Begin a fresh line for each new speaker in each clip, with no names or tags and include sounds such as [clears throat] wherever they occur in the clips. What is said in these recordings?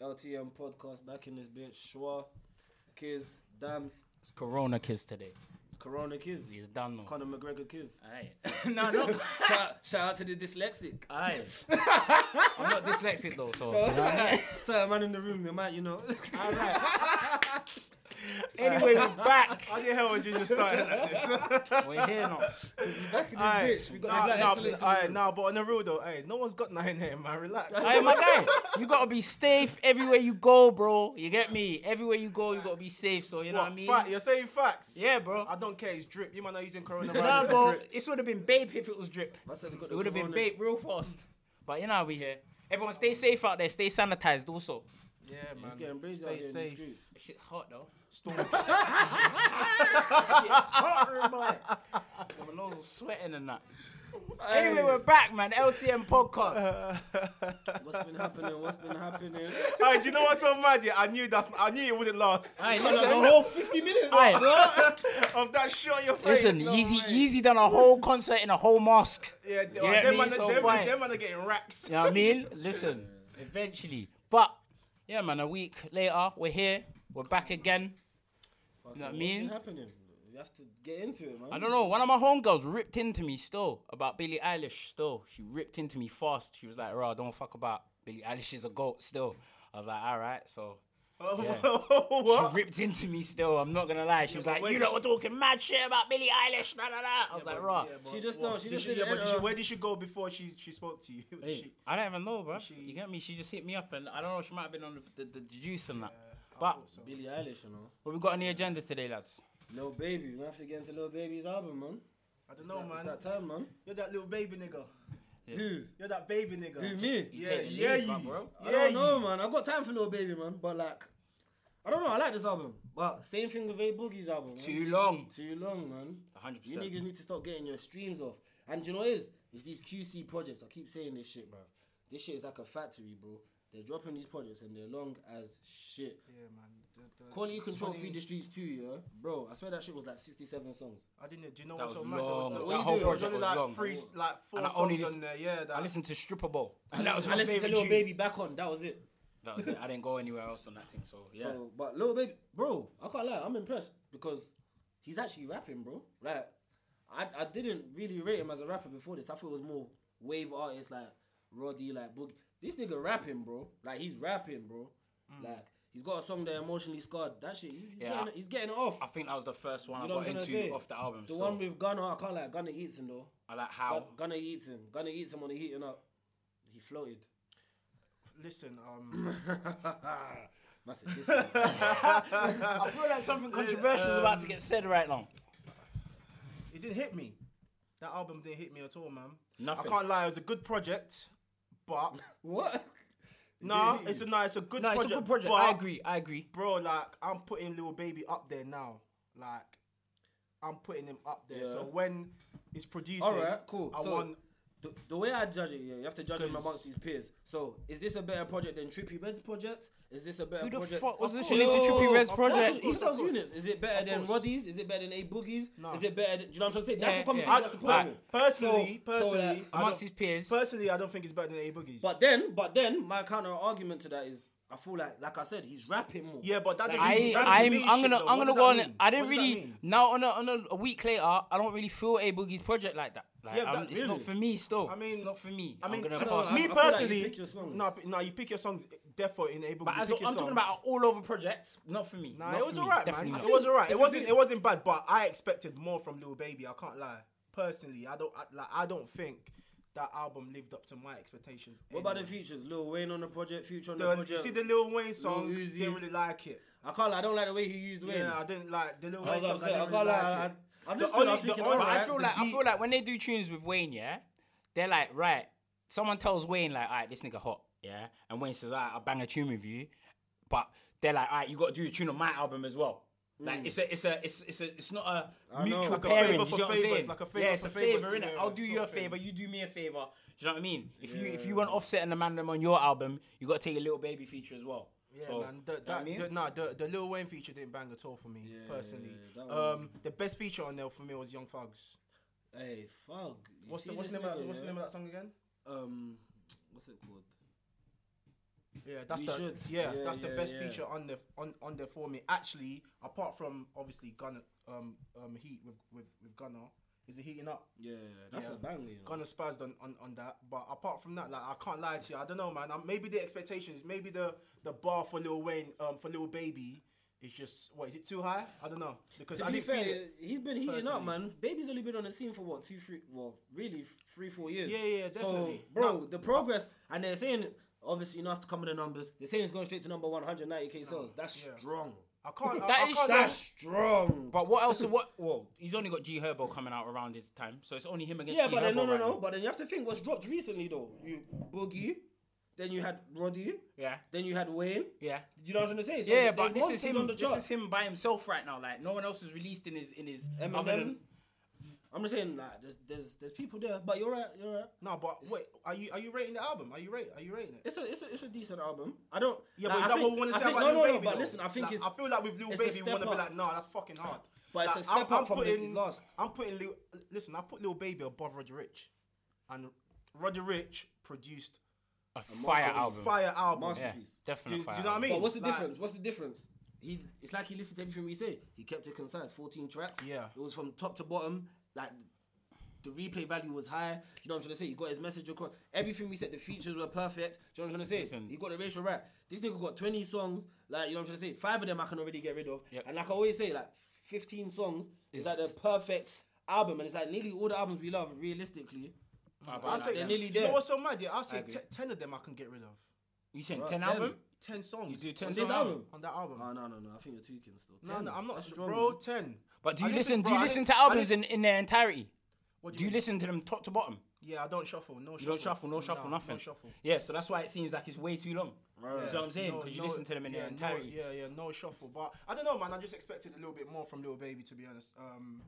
LTM podcast back in this bitch. Schwa, Kiz, Dams,
It's Corona kiss today.
Corona Kiz,
He's done.
Conor McGregor Kiz.
Aye. [laughs] no, no.
shout, shout out to the dyslexic.
Aye. [laughs] I'm not dyslexic though, so.
Certain man in the room, they might, you know. [laughs]
anyway, we're back.
I didn't hear what you just started like
[laughs]
this. [laughs]
We're here now.
back in this
Aye,
bitch, we got the black
nah, nah,
excellence.
but- aye, nah, but on the real though, aye, no one's got nothing here, man. Relax.
Aye, my guy. You gotta be safe everywhere you go, bro. You get me? Everywhere you go, you gotta be safe. So you know what, I
What,
mean?
fact- you're saying facts.
Yeah, bro.
I don't care. It's drip. You might not using
Nah,
coronavirus.
bro.
drip.
This would have been Bape if it was drip.
I said they got
It
the
would have been
corona.
Bape real fast. But you know how we here. Everyone, stay safe out there. Stay sanitized. Also,
Yeah, man.
It's getting busy out here in the
Stay safe.
streets.
shit hot though. [laughs]
Storm.
hot [laughs] boy. My nose was sweating and that. Anyway, we're back, man. LTM
[laughs]
podcast.
What's been happening? What's been happening?
Aye, do you know what's so mad? Yeah, I knew that's. I knew it wouldn't last.
Aye,
the
listen.
whole 50 minutes.
Aye,
[laughs] of that shot on your face.
listen.
no
Yeezy,
way.
Yeezy done a whole concert in a whole mosque.
Yeah, they-
get
them
me?
man,
So
them,
why?
them man are getting racks.
You
[laughs]
know what I mean? Listen, eventually. But yeah, man. A week later, we're here. We're back again.
Fucking
know what I
what's
mean?
been happening? You have to get into it, man.
I don't know. One of my homegirls ripped into me still about Billie Eilish. Still, she ripped into me fast. She was like, "Raw, don't fuck about Billie Eilish is a goat." Still, I was like, "All right." So
what?
she ripped into me still. I'm not gonna lie. She was like,
where
"You
did
lot were talking mad shit about Billie Eilish." Da da da. I was like, "Raw."
She just don't. She
Did
just
she, yeah,
didn't uh,
but did she,
enter.
where did she go before she, she spoke to you? [laughs]
Hey,
She-
I don't even know, bro.
she-
You get me? She just hit me up, and I don't know. She might have been on the, the, the juice and that. but
Billie Eilish, you know.
what we got on the agenda today, lads?
Lil Baby. We have to get into Lil Baby's album, man.
I don't know,
It's
man.
that time, man.
You're that little baby nigga.
Who?
You're that baby nigga.
Who, me?
You
Yeah,
take the
yeah,
lead,
you.
bruv, bro.
I
Yeah,
don't know, man. I got time for Lil Baby, man. But like, I don't know. I like this album, but same thing with A Boogie's album. man.
Too long.
Too long, man.
100%.
You niggas need to stop getting your streams off. And do you know what it is? It's these QC projects. I keep saying this shit, bro. This shit is like a factory, bro. They're dropping these projects and they're long as shit.
Yeah, man. The- the-
Quality control
20
through the streets too, yeah, bro. I swear that shit was like sixty-seven songs.
I didn't. Do you know
That
what's so
was
mad? There
long.
no-
That
what you
whole
do, there
project
only
was
like
long.
three, like four
And I only
songs
lis-
on there. Yeah, that.
I listened to Stripper Bowl, and that was
I
my
listened to
favorite
Lil
tune.
Baby back on. That was it.
That was it. I didn't go anywhere else on that thing. So yeah.
So, but little baby, bro, I can't lie, I'm impressed because he's actually rapping, bro. Like, I I didn't really rate him as a rapper before this. I thought it was more wave artists like Roddy, like Boogie. This nigga rapping, bro. Like he's rapping, bro. Like he's got a song that emotionally scarred. That shit, he's, he's
Mm. Yeah.
getting he's getting it off.
I think that was the first one
You know
I
what
got
I'm
into
trying to say?
off the album.
the
so
one with Gunner, I can't like Gunner eats him though.
I like
Gun,
how
Gunner eats him. Gunner eats him when he heating up. He floated.
Listen, um,
That's it.
[laughs]
Listen,
I feel like something controversial is about to get said right now.
it didn't hit me. That album didn't hit me at all, man.
Nothing.
I can't lie. It was a good project,
[laughs]
but
what?
nah,
hit you.
it's a no, it's a good
No, it's
project.
a good project.
But,
I agree. I agree.
bro. Like I'm putting little baby up there now. Like I'm putting him up there. So
Yeah.
when it's producing,
All right, cool.
I
so
want.
the, the way I judge it, yeah, you have to judge him
'Cause-
amongst his peers. So, is this a better project than Trippy Red's project? Is this a better
Who the
project?
fuck was
Of
listening
course.
to Trippy Red's
Of
project?
course, He sells
course.
units. Is it better than
course.
Roddy's? Is it better than A Boogie's?
Nah.
Is it better than, do you know what I'm trying to say? That's
Yeah,
the conversation
yeah.
you have to put
Like,
on it.
Personally,
So- so, like,
personally, I
Amongst
don't-
his peers.
Personally, I don't think it's better than A Boogie's.
But then, but then, my counter argument to that is, I feel like, like I said, he's rapping more.
Yeah, but that
Like,
doesn't-
I,
that doesn't
I'm,
mean
I'm
shit,
gonna,
though.
I'm gonna
What does
go
that
on. it.
mean?
I didn't
What does that
really
mean?
now on a, on a, a week later. I don't really feel a boogie's project like that. Like,
Yeah,
I'm-
that-
it's not
really.
for me. Still,
I mean-
it's not for me.
I mean,
I'm gonna
so-
pass.
I-
me
I feel like you
personally,
pick your songs.
no, no, you pick your songs therefore in able.
but as I'm talking about an all-over project, not for me.
Nah,
not
it was
for me,
alright,
definitely
man.
not.
It was alright. It
if
wasn't.
you-
It wasn't bad, but I expected more from Lil Baby. I can't lie. Personally, I don't I, like. I don't think that album lived up to my expectations.
What about the
anyway.
features? Lil Wayne on the project, Future on the,
The- you
project.
see the Lil Wayne song?
Uzi.
Didn't really like it.
I can't lie, I don't like the way he used Wayne.
Yeah, I didn't like the Lil
I
Wayne
was
song. I
upset. I
didn't
can't
really
lie. I,
like
I,
it.
I
The
listened, I
only-
was
the
thinking,
only-
But I
alright,
feel
the
like I
beat-
feel like when they do tunes with Wayne, yeah, they're like, right, someone tells Wayne like, alright, this nigga hot, yeah, and Wayne says, alright, I'll bang a tune with you, but they're like, alright, you got to do a tune on my album as well. Like it's a it's a it's it's a, it's not a
know.
mutual
Like
a
pairing.
favour
you
for
see what I'm
favour, it's
saying?
like a favour
yeah, it's
for
a favor,
favour,
innit?
yeah,
I'll do you
sort
a
of thing.
favor, you do me a favor. Do you know what I mean? If you if you want Offset and the man them on your album, you got to take a little baby feature as well.
Yeah,
So,
man. The,
you know
that,
what I mean?
the, nah, the, the Lil Wayne feature didn't bang at all for me, personally.
that one-
Um, the best feature on there for me was Young Thugs.
Hey, fuck. You
What's the,
see
what's,
this
the name of that,
nigga,
what's the
yeah?
name of that song again?
Um, what's it called?
Yeah, that's
We
the
should.
yeah,
Yeah,
that's the
yeah,
best
yeah.
feature on the on on there for me. Actually, apart from obviously Gunner um um Heat with with with Gunner, is it heating up?
Yeah, that's
Yeah.
a banger. You know?
Gunner spazzed on, on on that. But apart from that, like I can't lie to you. I don't know, man. Um, maybe the expectations, maybe the the bar for Lil Wayne um for Lil Baby is just what is it too high? I don't know because
To
I
be
didn't feel
fair,
it.
he's been heating up,
personally.
man. Baby's only been on the scene for what two, three, well, really f- three, four years.
Yeah, yeah,
So,
definitely.
bro,
No,
the progress, and they're saying obviously you don't have to come with the numbers. They're saying it's going straight to number one hundred ninety k sales. That's
yeah.
strong.
I can't. I,
That
I
is-
can't
That's strong.
But what else? What? Well, he's only got G Herbo coming out around his time, so it's only him against.
yeah,
G
but then
Herbo
no, no,
right
no.
now.
But then you have to think what's dropped recently though. You boogie, then you had Roddy,
Yeah,
then you had Wayne.
yeah,
You know what I'm trying to say? So
yeah.
there's
But this
monsters
is him.
on the
This
charts.
is him by himself right now. Like no one else is released in his in his.
Eminem.
other than-
I'm just saying, like, there's there's there's people there, but you're right, you're right.
No, but wait, are you are you rating the album? Are you rate? Are you rating it?
It's a, it's a it's a decent album. I don't.
Yeah,
like,
but is
I
that
think-
what we want
I
to say
think-
about
no,
Lil
no,
Baby?
no. But
though?
listen, I think
Like,
it's.
I feel like with Lil
it's a
Baby, we want to
step
be
up.
like, no, that's fucking hard.
But it's
Like,
a step
I'm,
up from the-
putting,
his last.
I'm putting Lil. Listen, I put Lil Baby above Roger Rich, and Roger Rich produced
A fire
a
album.
fire album.
Master-
Yeah,
Masterpiece.
definitely.
Do-
a fire
do you know what I
album.
mean?
but what's the
Like-
difference? What's the difference? He it's like he listened to everything we say. He kept it concise. Fourteen tracks.
Yeah.
It was from top to bottom. Like the replay value was high. You know what I'm trying to say? He got his message across. Everything we said, the features were perfect. Do you know what I'm trying to say?
Listen.
He got the ratio right. This nigga got 20 songs. Like you know what I'm trying to say? Five of them I can already get rid of.
Yep.
And like I always say, like 15 songs is like
It's-
the perfect album. And it's like nearly all the albums we love, realistically.
Ah, but
I
I'll
like
say,
they're
that.
nearly
you know
there.
what's so mad? Yeah, I say
agree.
te- ten of them I can get rid of.
You saying
Bro,
ten
10.
album?
Ten songs.
You do ten
On this
song
album.
on that album.
Oh no no no! I think you're tweaking still.
no, no,
10,
I'm not.
that's strong,
bro,
man.
ten.
But do
I
you listen? Do
bro,
you
I
listen
listen-
to
I
albums
listen-
in in their entirety?
What
Do you listen to them top to bottom?
Yeah, I don't shuffle. No,
You don't shuffle, no shuffle, nothing.
No shuffle.
Yeah, so that's why it seems like it's way too long. You see what I'm saying?
No,
Because you
no-
listen to them in
yeah,
their entirety.
No, yeah, yeah, no shuffle. But I don't know, man. I just expected a little bit more from Lil Baby, to be honest. Um,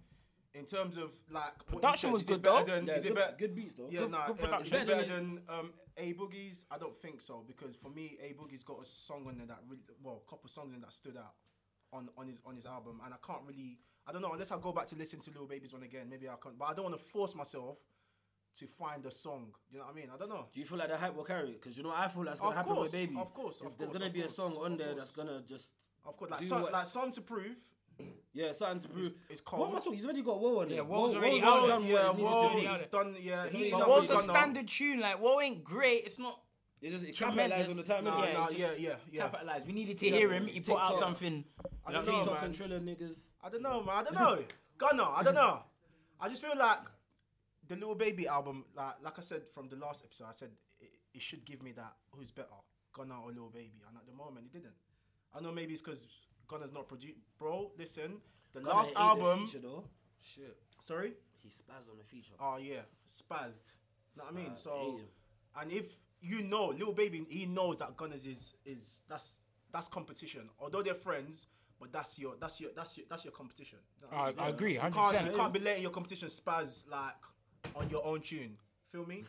in terms of like what you
Production
said,
was
is
good,
it better
though.
Than,
Yeah,
is it
good-
better?
good beats, though.
Yeah,
Good-
nah,
good
um, is
production.
it better
Better
than um, A Boogie's? I don't think so because for me, A Boogie's got a song on there that really, well, a couple songs in that stood out on on his on his album, and I can't really. I don't know unless I go back to listen to Lil Baby's one again. Maybe I can't, but I don't want to force myself to find a song. Do you know what I mean? I don't know.
Do you feel like the hype will carry it? Because you know what I feel that's gonna
Of
happen with
course,
baby.
of course,
Is
of
there's
course,
gonna
of
be a
course,
song on
of
there
course.
that's gonna just
Of course, like
Do
some,
what-
like some to prove.
yeah something to prove.
it's
What
cold.
am I talking? He's already got woe on it.
Yeah,
Woe-
Woe's already
Woe's
out.
done what
yeah,
it needed
Woe-
to do.
Yeah.
he's done. Yeah,
It's already
he
done
But
what
what's
he's
a
done
standard tune? Like, what ain't great? It's not
It's just it capitalized
tremendous.
on the time.
Nah,
innit?
nah,
it
yeah,
just
yeah, yeah.
Capitalized. We needed to hear him. He put out
TikTok.
something.
I
You know what
don't
I mean?
know,
TikTok
man.
and Triller niggas.
I don't know, man. I
[laughs]
don't know. Gunner, I don't know. I just feel like the Little Baby album, like like I said from the last episode, I said it, it should give me that who's better, Gunner or Little Baby, and at the moment it didn't. I know maybe it's because Gunner's not produced. Bro, listen, the
Gunna
last
ain't the
album.
feature, though. Shit,
Sorry.
he spazzed on the feature.
Oh yeah, spazzed. You know what I mean?
Spazzed,
So,
hate him.
and if you know, little baby, he knows that Gunners is is that's that's competition. Although they're friends, but that's your that's your that's your that's your competition. You know what
I,
mean?
I agree,
You
hundred
can't you
percent.
can't be letting your competition spaz like on your own tune. Feel me?
You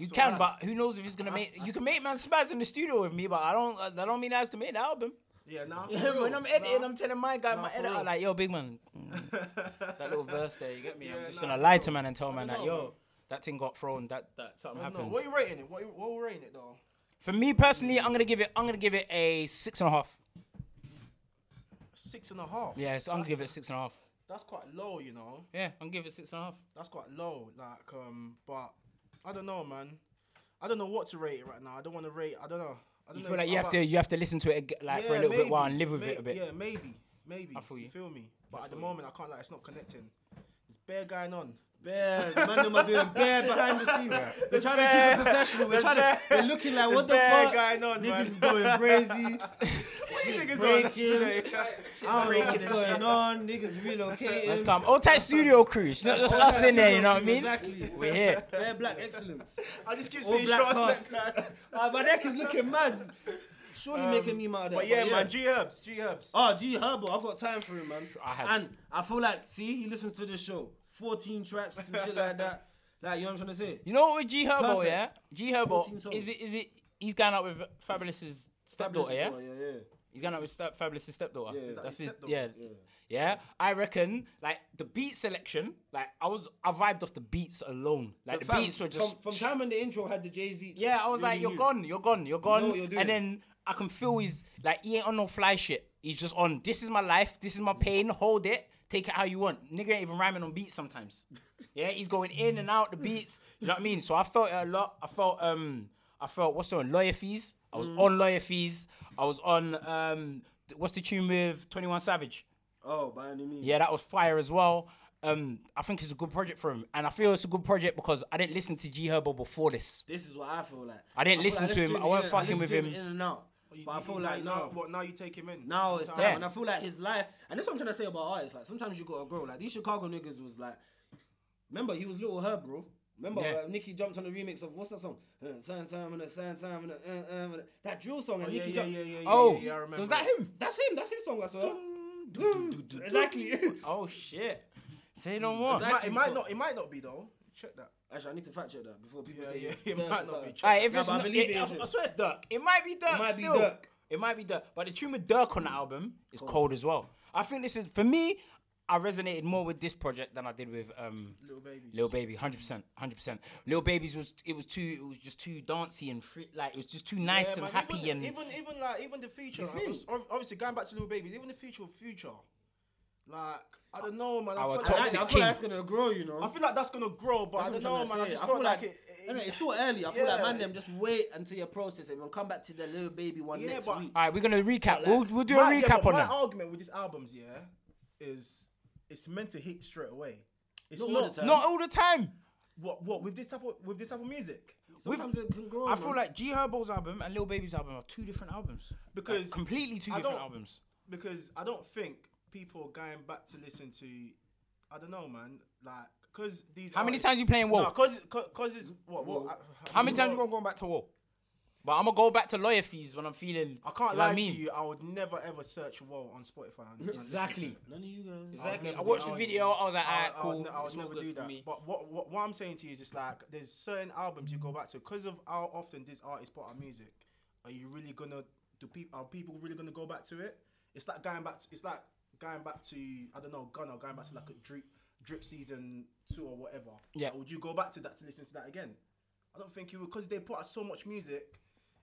That's
can,
all right.
but who knows if it's gonna make? You can make man spaz in the studio with me, but I don't. I don't mean that's to make the album.
yeah, nah. [clears throat] for real,
[laughs] when I'm editing,
nah.
I'm telling my guy,
Nah,
my
for
editor,
real.
like, yo, big
[laughs]
man, mm, that little verse there, you get me? I'm
Yeah,
just
nah,
gonna
for
lie
real.
to man and tell man
don't
that,
know,
yo,
man.
that thing got thrown, that that something
No,
happened.
what are you rating it? What you- what are we rating it though?
For me personally, I'm gonna give it, I'm gonna give it a six and a half.
Six and a half.
Yeah, so I'm gonna
That's-
give it six and a half.
That's quite low, you know.
Yeah, I'm gonna give it six and a half.
that's quite low. Like, um, but I don't know, man. I don't know what to rate it right now. I don't want to rate. I don't know. I don't
You
know
feel
if
like you
I'm
have to,
at-
you have to listen to it ag- like for a
Yeah,
little bit
maybe,
while and live with
may-
it a bit.
Yeah, maybe, maybe.
I feel you.
Feel me? But at the moment, I can't like it's not connecting. It's bare going on. [laughs]
Bear, the man them are doing bear behind the scenes. They're trying to keep it professional. They're trying to. They're looking like what the
bare
fuck?
going on,
Niggas
man.
is going
[laughs]
crazy.
What you niggas
breaking.
on today? [laughs]
I don't know what's
breaking and shit.
going on. Niggas relocating.
Let's come, old tight studio crew. It's not just us in there, you know what I mean?
Exactly.
We're here.
Bare black excellence.
I just keep
All
seeing
black
shots.
cast.
like [laughs] that.
Uh, my neck is looking mad. Surely making me mad. eh?
But yeah, man. G Herbs, G Herbs.
Oh, G Herbo, I've got time for him, man.
I have-
And I feel like, see, he listens to this show. 14 tracks, some shit like that. Like, you know what I'm trying to say?
You know what with G Herbo,
Perfect.
yeah? G
14
Herbo,
songs.
is it is it he's going out with Fabulous's stepdaughter, yeah?
Yeah, yeah.
You He's going out with step, Fabulous' stepdaughter.
Yeah. Is that
That's his,
his stepdaughter?
yeah. yeah. I reckon like the beat selection, like I was I vibed off the beats alone. Like the,
Fam,
beats were just
from, from time when the intro had the Jay Z.
Yeah, I was like, you're gone, you're gone, you're gone.
what you're doing.
and then I can feel he's like, he ain't on no fly shit. He's just on. This is my life. This is my pain. Hold it. Take it how you want. Nigga ain't even rhyming on beats sometimes. Yeah, he's going in and out the beats. You know what I mean? So I felt it a lot. I felt um, I felt what's the one? Lawyer fees. I was on lawyer fees. I was on um, th- what's the tune with Twenty One Savage?
Oh, by any means.
Yeah, that was fire as well. Um, I think it's a good project for him, and I feel it's a good project because I didn't listen to G Herbo before this.
This is what I feel like.
I didn't
feel
listen to him.
listened
I wasn't
in-
fucking
listened
with
to
him.
in and out. But I feel like
now,
now,
what now you take him in.
now it's
So-
time, and I feel like his life. And that's what I'm trying to say about artists. Like sometimes you gotta grow. Like these Chicago niggas was like, remember he was little herb, bro. Remember
Yeah.
uh, Nicki jumped on the remix of what's that song? Uh, Sign, Simon, uh, sign, Simon, uh, uh, uh, uh, that drill song. And
yeah,
Nicki
yeah,
jumped-
yeah, yeah, yeah,
Oh,
yeah, yeah, I remember.
was that him?
That's him. That's his song. I swear.
[laughs]
exactly.
[laughs] Oh shit! Say no more.
Exactly.
It might, it might
So-
not. It might not be though. Check that.
[laughs] Actually, I need to fact check that before people
Yeah,
say
yeah,
it's
[laughs] it
Dirk
might
or
not
something.
be
Alright, if
Nah,
it's
but [laughs] I
not,
believe
it-
it
I,
is him.
I swear it's Dirk. It might be Dirk.
might be
still.
Dirk.
It might be Dirk. But the tune with Dirk on the album is cold. as well. I think this is for me. I resonated more with this project than I did with um,
Little baby.
Lil Baby. Hundred percent, hundred percent. Lil Baby's was it was too it was just too dancey and free, like it was just too nice and
Yeah, man,
happy
even,
and Mhm.
even even like even the future. I
think?
was- ob- obviously, going back to little babies, even the future of future. Like I don't know, man. I
Our
feel
I, I
toxic
feel
like,
king.
like that's gonna grow, you know.
I feel like that's gonna grow, but I
That's
don't
what
know,
I'm tryna
man. I
say.
just feel like, it, it-
innit, it's still early. I feel like
Yeah.
man, them just wait until your process and we'll come back to the little baby one
Yeah,
next
but-
week.
All right, we're gonna recap. we'll, we'll do
my,
a
yeah,
recap
but
on
my
that.
argument with these albums, yeah, is it's meant to hit straight away. It's
Not
not,
all the time.
Not all the time.
what what with this type of with this type of music
Sometimes it can grow.
I feel
man.
like G Herbo's album and Lil Baby's album are two different albums.
Because
Like, completely two
I
different
don't-
albums.
because I don't think people are going back to listen to. I don't know, man. Like because these.
How many
artists-
times you playing Woke?
No, cause cause it's what what. I,
How many times you gonna go back to wall? But I'm gonna go back to lawyer fees when I'm feeling.
I can't
you know what
lie
I mean?
to you. I would never ever search "Whoa" on Spotify. and- and listen to
Exactly.
it.
none of you guys.
Exactly.
never
I
do
watched
that.
the video. I was like,
I,
alright,
I would
cool.
ne- I would
it's not
never
good
do
for
that.
me.
But what, what what I'm saying to you is just like there's certain albums you go back to because of how often this artist put out music. Are you really gonna do people? Are people really gonna go back to it? It's like going back. To, it's like going back to I don't know Gunna going back to like a drip drip season two or whatever.
Yeah.
Would you go back to that to listen to that again? I don't think you would because they put out so much music.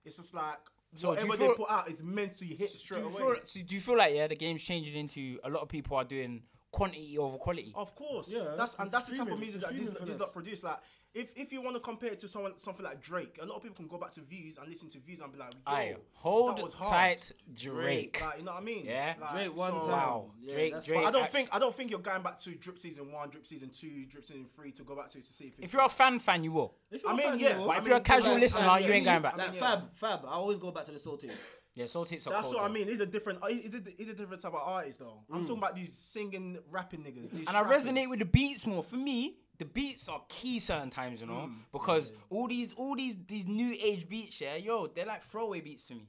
It's just like.
So do you
whatever
feel-
they put out is meant to hit
do,
straight
you
away.
feel, so do you feel like yeah, the game's changing into a lot of people are doing quantity over quality?
Of course,
Yeah,
That's and
it's
that's the type of
streaming,
music
it's
that these,
streaming for
these
us.
lot produce. Like, if if you want to compare it to someone something like Drake, a lot of people can go back to views and listen to views and be like, Yo,
I
that
hold
was hard.
tight, Drake.
Like, you know what I mean?
Yeah.
Like,
Drake one
so-
time.
Wow.
Yeah,
Drake-
that's
Drake-
fine.
I don't
Act-
think I don't think you're going back to drip season one, drip season two, drip season three to go back to to see if. It's
If you're a fan fan, you will.
If you're
I
a
mean,
fan,
yeah,
you will.
but
if you're a casual
like,
listener,
like,
you ain't going back.
Like
Yeah.
Fab, Fab. I always go back to the soul tapes.
Yeah, soul tips are
that's
cold.
what I
though.
mean. He's a different. uh, He's a, he's a different type of artist, though. I'm
Mm.
talking about these singing, rapping niggas. These
and I
strappers.
resonate with the beats more. For me, the beats are key certain times, you know,
Mm.
because all these all these these new age beats, yeah, yo, they're like throwaway beats to me.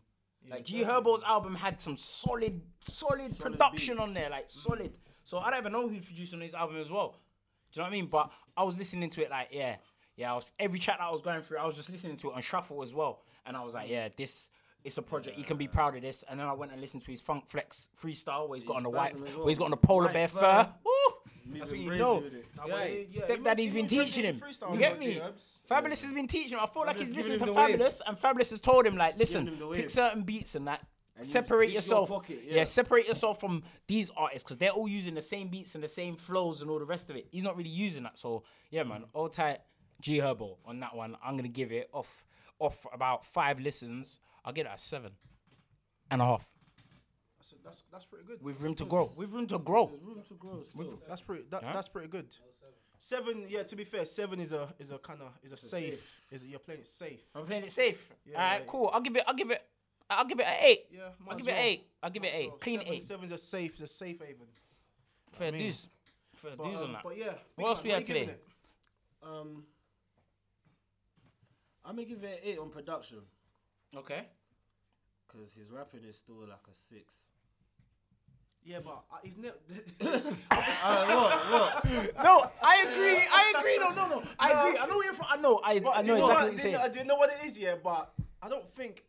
like G Herbo's album had some solid solid, production on there,
Mm.
like solid. So I don't even know who's producing his album as well. Do you know what I mean? But I was listening to it like, yeah, yeah. I was every track that I was going through, I was just listening to it on shuffle as well, and I was like, yeah, this. It's a project. He can be proud of this. And then I went and listened to his Funk Flex freestyle, where he's got on the white,
buzzing as
where he's
well.
got on the polar
White
bear
fur.
fur. Woo! That's
been
what you
crazy
know.
with it.
Nah, but he- yeah, he must-
Stepdaddy's
he
been
must really
teaching him.
freestyle
You
as
get
well,
me?
G-Herb.
Fabulous has been teaching him. I feel like he's
Fabulous giving
listening to
him the wave.
Fabulous, and Fabulous has told him like,
him
listen,
the
pick
wave.
certain beats and that.
you-
separate
this is your
yourself.
pocket,
yeah.
yeah.
separate yourself from these artists because they're all using the same beats and the same flows and all the rest of it. He's not really using that. So yeah, man,
Mm.
all tight. G Herbo on that one. I'm gonna give it off off about five listens. I'll get it a seven and a halhalf.
That's, that's that's pretty good.
With room to grow. With room to grow.
Room to grow. Still.
That's pretty. That, That's pretty good. Oh, Seven, yeah. To be fair, seven is a is a kind of is a safe. Is you're playing it safe.
I'm playing it safe.
Yeah,
All right,
yeah.
cool. I'll give it. I'll give it. I'll give it an eight.
Yeah,
I'll
might as
give it
well.
eight. I'll give it eight.
So
Clean
seven,
eight.
Seven's a safe. It's a safe haven.
Fair
mean.
dues. Fair
But,
dues
um,
on that.
but yeah. big
else we
man, are
had
you giving
today?
it?
Um, I'm gonna give it an eight on production
Okay.
because his rapping is still like a six.
Yeah, but uh, he's
[coughs]
[laughs] never.
No, I agree. I agree. No, no, no. I agree. I know where you're from. I know. I, I know exactly what you're saying.
I do you know what it is, yeah, but I don't think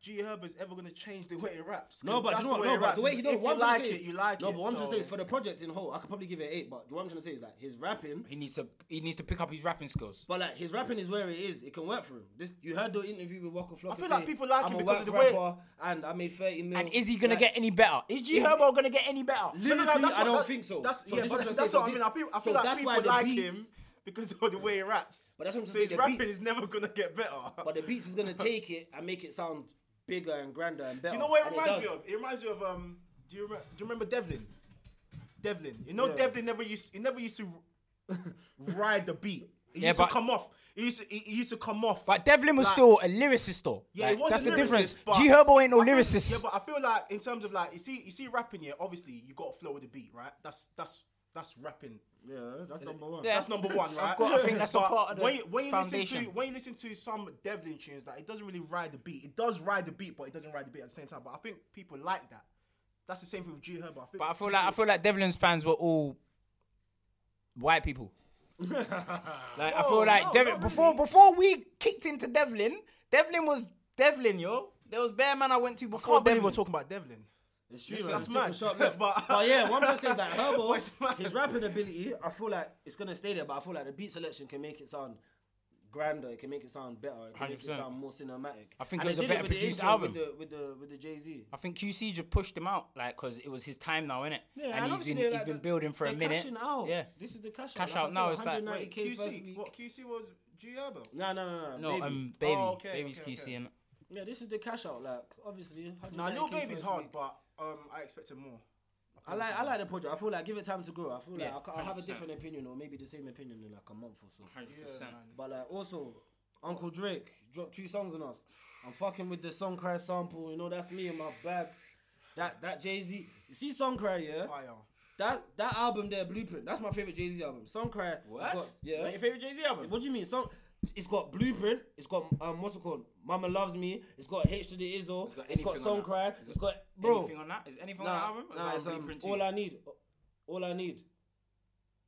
G Herb is ever gonna change the way he raps. 'cause
No, but
that's
do you know what?
the way he
No, but
raps.
the way he does.
if you
What I'm trying
like
to say
it,
is-
you like it.
No, but what I'm trying to
so-
say is for the project in whole, I could probably give it an eight. But what I'm trying to say is that his rapping,
He needs to he needs to pick up his rapping skills.
but like his rapping is where it is. It can work for him. This you heard the interview with Waka Flocka.
feel
say,
like people like
I'm a
him because of
whack
the way-
rapper And I made thirty mil.
And is he gonna
Like,
get any better? Is G
Is-
Herbo gonna get any better?
Lyrically,
that's
I
what-
don't
that-
think so.
That's,
So
yeah,
this
but
is what I'm saying,
that's what
so
I mean. I feel, I
this- so
feel like
that's why
people
the
like
beats-
him because of the way he raps.
But that's what I'm
so
saying,
his
the
rapping
beats-
is never gonna get better.
But the beats is
[laughs]
gonna take it and make it sound bigger and grander and better.
Do you know what it
and
reminds me
does.
of? It reminds me of um. Do you, rem- do you remember Devlin? Devlin. You know
Yeah.
Devlin never used. He never
[laughs]
used to ride the beat. He
Yeah,
used
but-
to come off. He used to. He, he used to come off.
But Devlin was
Like-
still a lyricist though.
Yeah,
Like,
it was
that's
a
the
lyricist,
difference.
but
G Herbo ain't no
I feel-
lyricist.
Yeah, but I feel like in terms of like you see you see rapping here. Obviously, you got to flow with the beat, right? That's that's that's rapping.
Yeah, that's number one.
Yeah. [laughs]
That's number one, right?
got- I think that's a
But
part of the
when you, when you listen to
foundation.
when you listen to some Devlin tunes, like it doesn't really ride the beat. It does ride the beat, but it doesn't ride the beat at the same time. But I think people like that. That's the same thing with G Herbo. I think
But I feel like I feel like Devlin's fans were all white people.
[laughs]
like I feel
Whoa,
like
no,
Devlin,
not
before
really.
before we kicked into Devlin, Devlin was Devlin, yo. There was bare man I went to
I
before
can't believe
Devlin.
we're talking about Devlin.
It's true,
Yes,
man.
that's
That's mad.
mad.
Sharp left.
But-
[laughs] but, yeah, what I'm trying to say [laughs] is that
But it's
Herbo,
mad.
his rapping ability, I feel like it's gonna stay there. But I feel like the beat selection can make it sound grander. It can make it sound better. It can make it
100%.
sound more cinematic.
I think
And
it was
they did
a better
with the
produced
intro,
album.
with the with the with the Jay Z.
I think QC just pushed him out, like, cause it was his time now, innit? and he's been, he's been building for a minute.
Cashing out.
Yeah.
this is the cash,
Cash out
out.
now,
Like I
it's
said,
like-
190K
QC,
first week.
what QC was G Herbo?
No, no, no, no.
No,
baby.
um, baby,
Oh, okay,
baby's
okay,
QC,
okay.
innit?
yeah, this is the cash out. Like obviously,
Nah, Lil
190K
Baby's
first
hard,
week.
but um, I expected more.
I like I like the project. I feel like give it time to grow. I feel like
Yeah,
I'll, I'll have a
100%.
different opinion or maybe the same opinion in like a month or so.
Yeah, man.
But like also, Uncle Drake dropped two songs on us. I'm fucking with the Song Cry sample. You know that's me in my bag. That that Jay Z. You see Song Cry, yeah.
Fire.
That that album there, Blueprint. That's my favorite Jay Z album. Song Cry. it's got- yeah.
favorite Jay Z album?
What do you mean? Song. It's got Blueprint. It's got um, what's it called? Mama loves me. It's got H to the Izzo.
It's got
It's got
anything on
Song
that.
Cry.
It's
It's
got
got bro.
Anything on that? Is anything
Nah,
on that album? Or is
nah,
that
it's
on
um,
Blueprint
all
too?
I need. All I need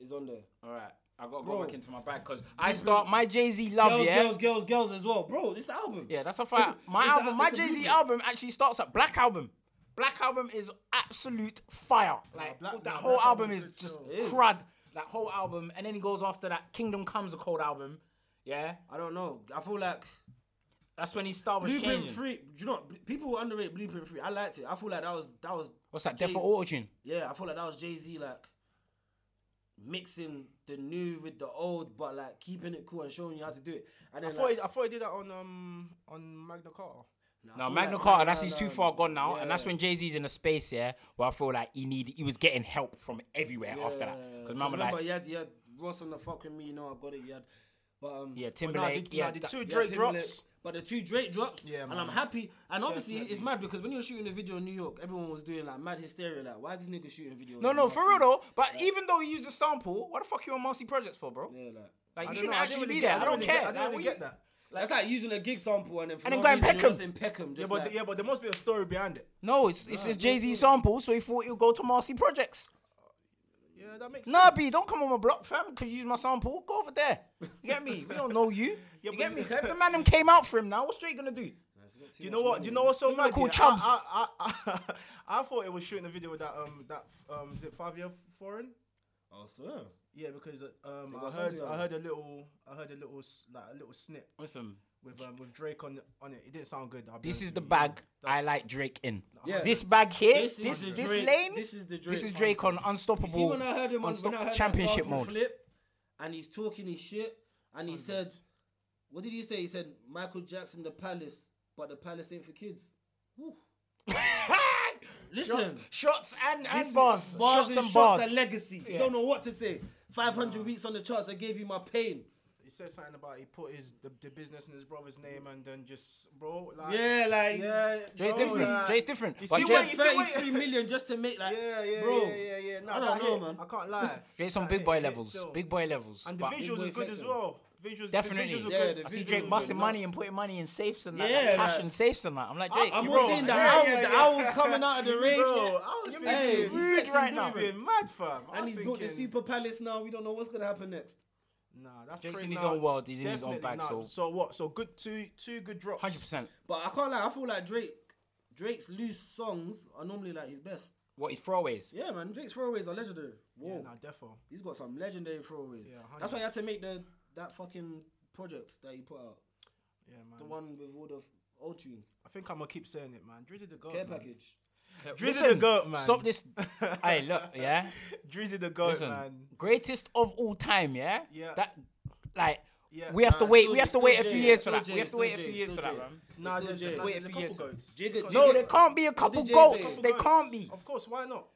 is on there.
All right, I gotta go
Bro.
back into my bag because I start my Jay Z love,
girls,
Oh, yeah.
girls, girls, girls as well, bro. This the album.
Yeah, that's a fact. My
It's the-
album, my
it's the
Jay Z
blueprint.
album, actually starts at Black Album. Black Album is absolute fire. Like
Black-
that
nah,
whole
Black
album
Album is
is
good
just
still.
crud. That whole album, and then he goes after that Kingdom Comes a cold album. Yeah,
I don't know. I feel like
that's when his style was
Blueprint
changing.
Free. Do you know what? Bl- people underrate Blueprint Free? I liked it. I feel like that was that was.
What's that?
Jay-
Death for Autotune.
Yeah, I feel like that was Jay Z like mixing the new with the old, but like keeping it cool and showing you how to do it. And then
I thought,
like,
he, I thought he did that on um on Magna Carta.
nah, I
Now
feel
Magna
like-
Carta, that's
nah,
he's
nah,
too
nah.
far gone now, and that's
Yeah.
when Jay Z's in a space, yeah, where I feel like he need, he was getting help from everywhere after that.
Yeah,
Because remember, like,
you had you had Ross on the fuck with me. You know, I got it. You had, but um,
yeah,
But nah,
Timberlake,
the, nah,
yeah,
the
that-
two
Yeah,
Drake
Timberlake.
drops.
But the two Drake drops,
Yeah,
and I'm
man.
happy. And obviously, it's
Definitely.
mad because when you're shooting a video in New York, everyone was doing like mad hysteria. Like, why is this nigga shooting video?
No, no, for real though. But even though you used a sample, what the fuck you on Marcy Projects for, bro?
Yeah, like.
Like
I
you
don't
shouldn't
know, I
actually be
didn't really
there.
get-
I don't care.
I didn't
Like,
really
we-
get that.
That's like using a gig sample and then for
And then
no
going
reason you're
Peckham.
just in Peckham. Just
Yeah, but
like,
yeah, but there must be a story behind it.
No, it's it's his Jay Z sample, so he thought he'll go to Marcy Projects.
Yeah, that makes
Nah, B, don't come on my block, fam, because you use my sample. Go over there. You get me? We don't
[laughs]
know you. You
but
get me?
it's-
'Cause If the man them came out for him now, what's Drake gonna do?
Do you know what? Do you know what's so mad?
call
yeah?
chubs.
I, I, I, [laughs] I, thought it was shooting a video with that um that um is it five year foreign?
Oh, swear.
Yeah, because uh, um I
got
heard
something on
I heard a little I heard a little s- like a little snip
Listen,
with um with Drake on on it. It didn't sound good. I'll be
this
honest
is
with
the
you.
bag I
That's-
like Drake in.
Yeah.
This bag here, this
This is
this,
the Drake-
lane,
this is the
This is
Drake.
Drake on unstoppable,
See, when I heard him on when I
unstoppable
heard that
championship
sample
mode.
flip, and he's talking his shit, and he said, "What did he say?" He said, "Michael Jackson, the Palace, but the Palace ain't for kids." Woo. Listen.
[laughs] Shots and, and
Listen,
bars.
Bars
Shots
and
and
shots
bars.
and legacy. You Don't know what to say. 500 weeks on the charts, I gave you my pain.
He said something about he put his the, the business in his brother's name and then just bro like
Yeah, like.
yeah.
Jay's
bro,
different.
like-
Jay's different.
You
But
see
You
Jay-
went
what- you see what- [laughs]
33 million just to make, like.
Yeah, yeah,
bro.
yeah, yeah, yeah. No,
I
that
don't know, man.
hit. I
[laughs]
can't lie.
Jay's on
That
big
hit-
boy
hit
levels.
still.
Big boy levels.
And the
but
visuals
boy
is good
flex
as
him.
well. Visuals
definitely.
The visuals are
Yeah,
good.
the
I see
visuals
Drake
were
busting
good.
money and putting money in safes and like,
Yeah,
cash
like-
and safes and that. I'm like Jake,
I'm
you
all
bro.
seeing the
yeah.
owl. the owl's coming out of the rain.
Bro, I was
making me
feeling
rude
rude
right
right
now.
now. Being mad, fam. I
And
was
he's built the
thinking-
Super Palace now. We don't know what's going to happen next.
Nah, that's
Jake's
crazy.
in his
Nah,
own world, he's in his own
definitely
bag, so-
not. so what? So good two two good drops.
Hundred percent.
But I can't lie, I feel like Drake Drake's loose songs are normally like his best.
What his throwaways?
Yeah, man, Drake's throwaways are legendary. Whoa.
Yeah, nah, defo.
He's got some legendary throwaways.
Yeah,
That's why he had to make the that fucking project that he put out.
Yeah, man.
The one with all the f- old tunes.
I think I'm gonna keep saying it, man. Drizzy the goat.
Care
man.
package.
Drizzy the goat, man.
Stop this. hey, look, yeah.
[laughs] Drizzy the goat,
Listen,
man.
greatest of all time, yeah.
Yeah.
That, like,
Yeah.
we have to
Nah,
wait.
still-
we have to
still
wait a
Jay,
few years for
still
that.
Jay,
we have to
still
wait a
Jay,
few years
still
for that,
Jay.
man.
Nah,
It's still
there's, there's,
Jay.
like-
Wait a
there's a
few
couple
years.
goats.
Jigga-
Couple
No,
Jigga-
goats.
there can't be a couple
did Jay
goats.
say?
There can't be
Of course, why not?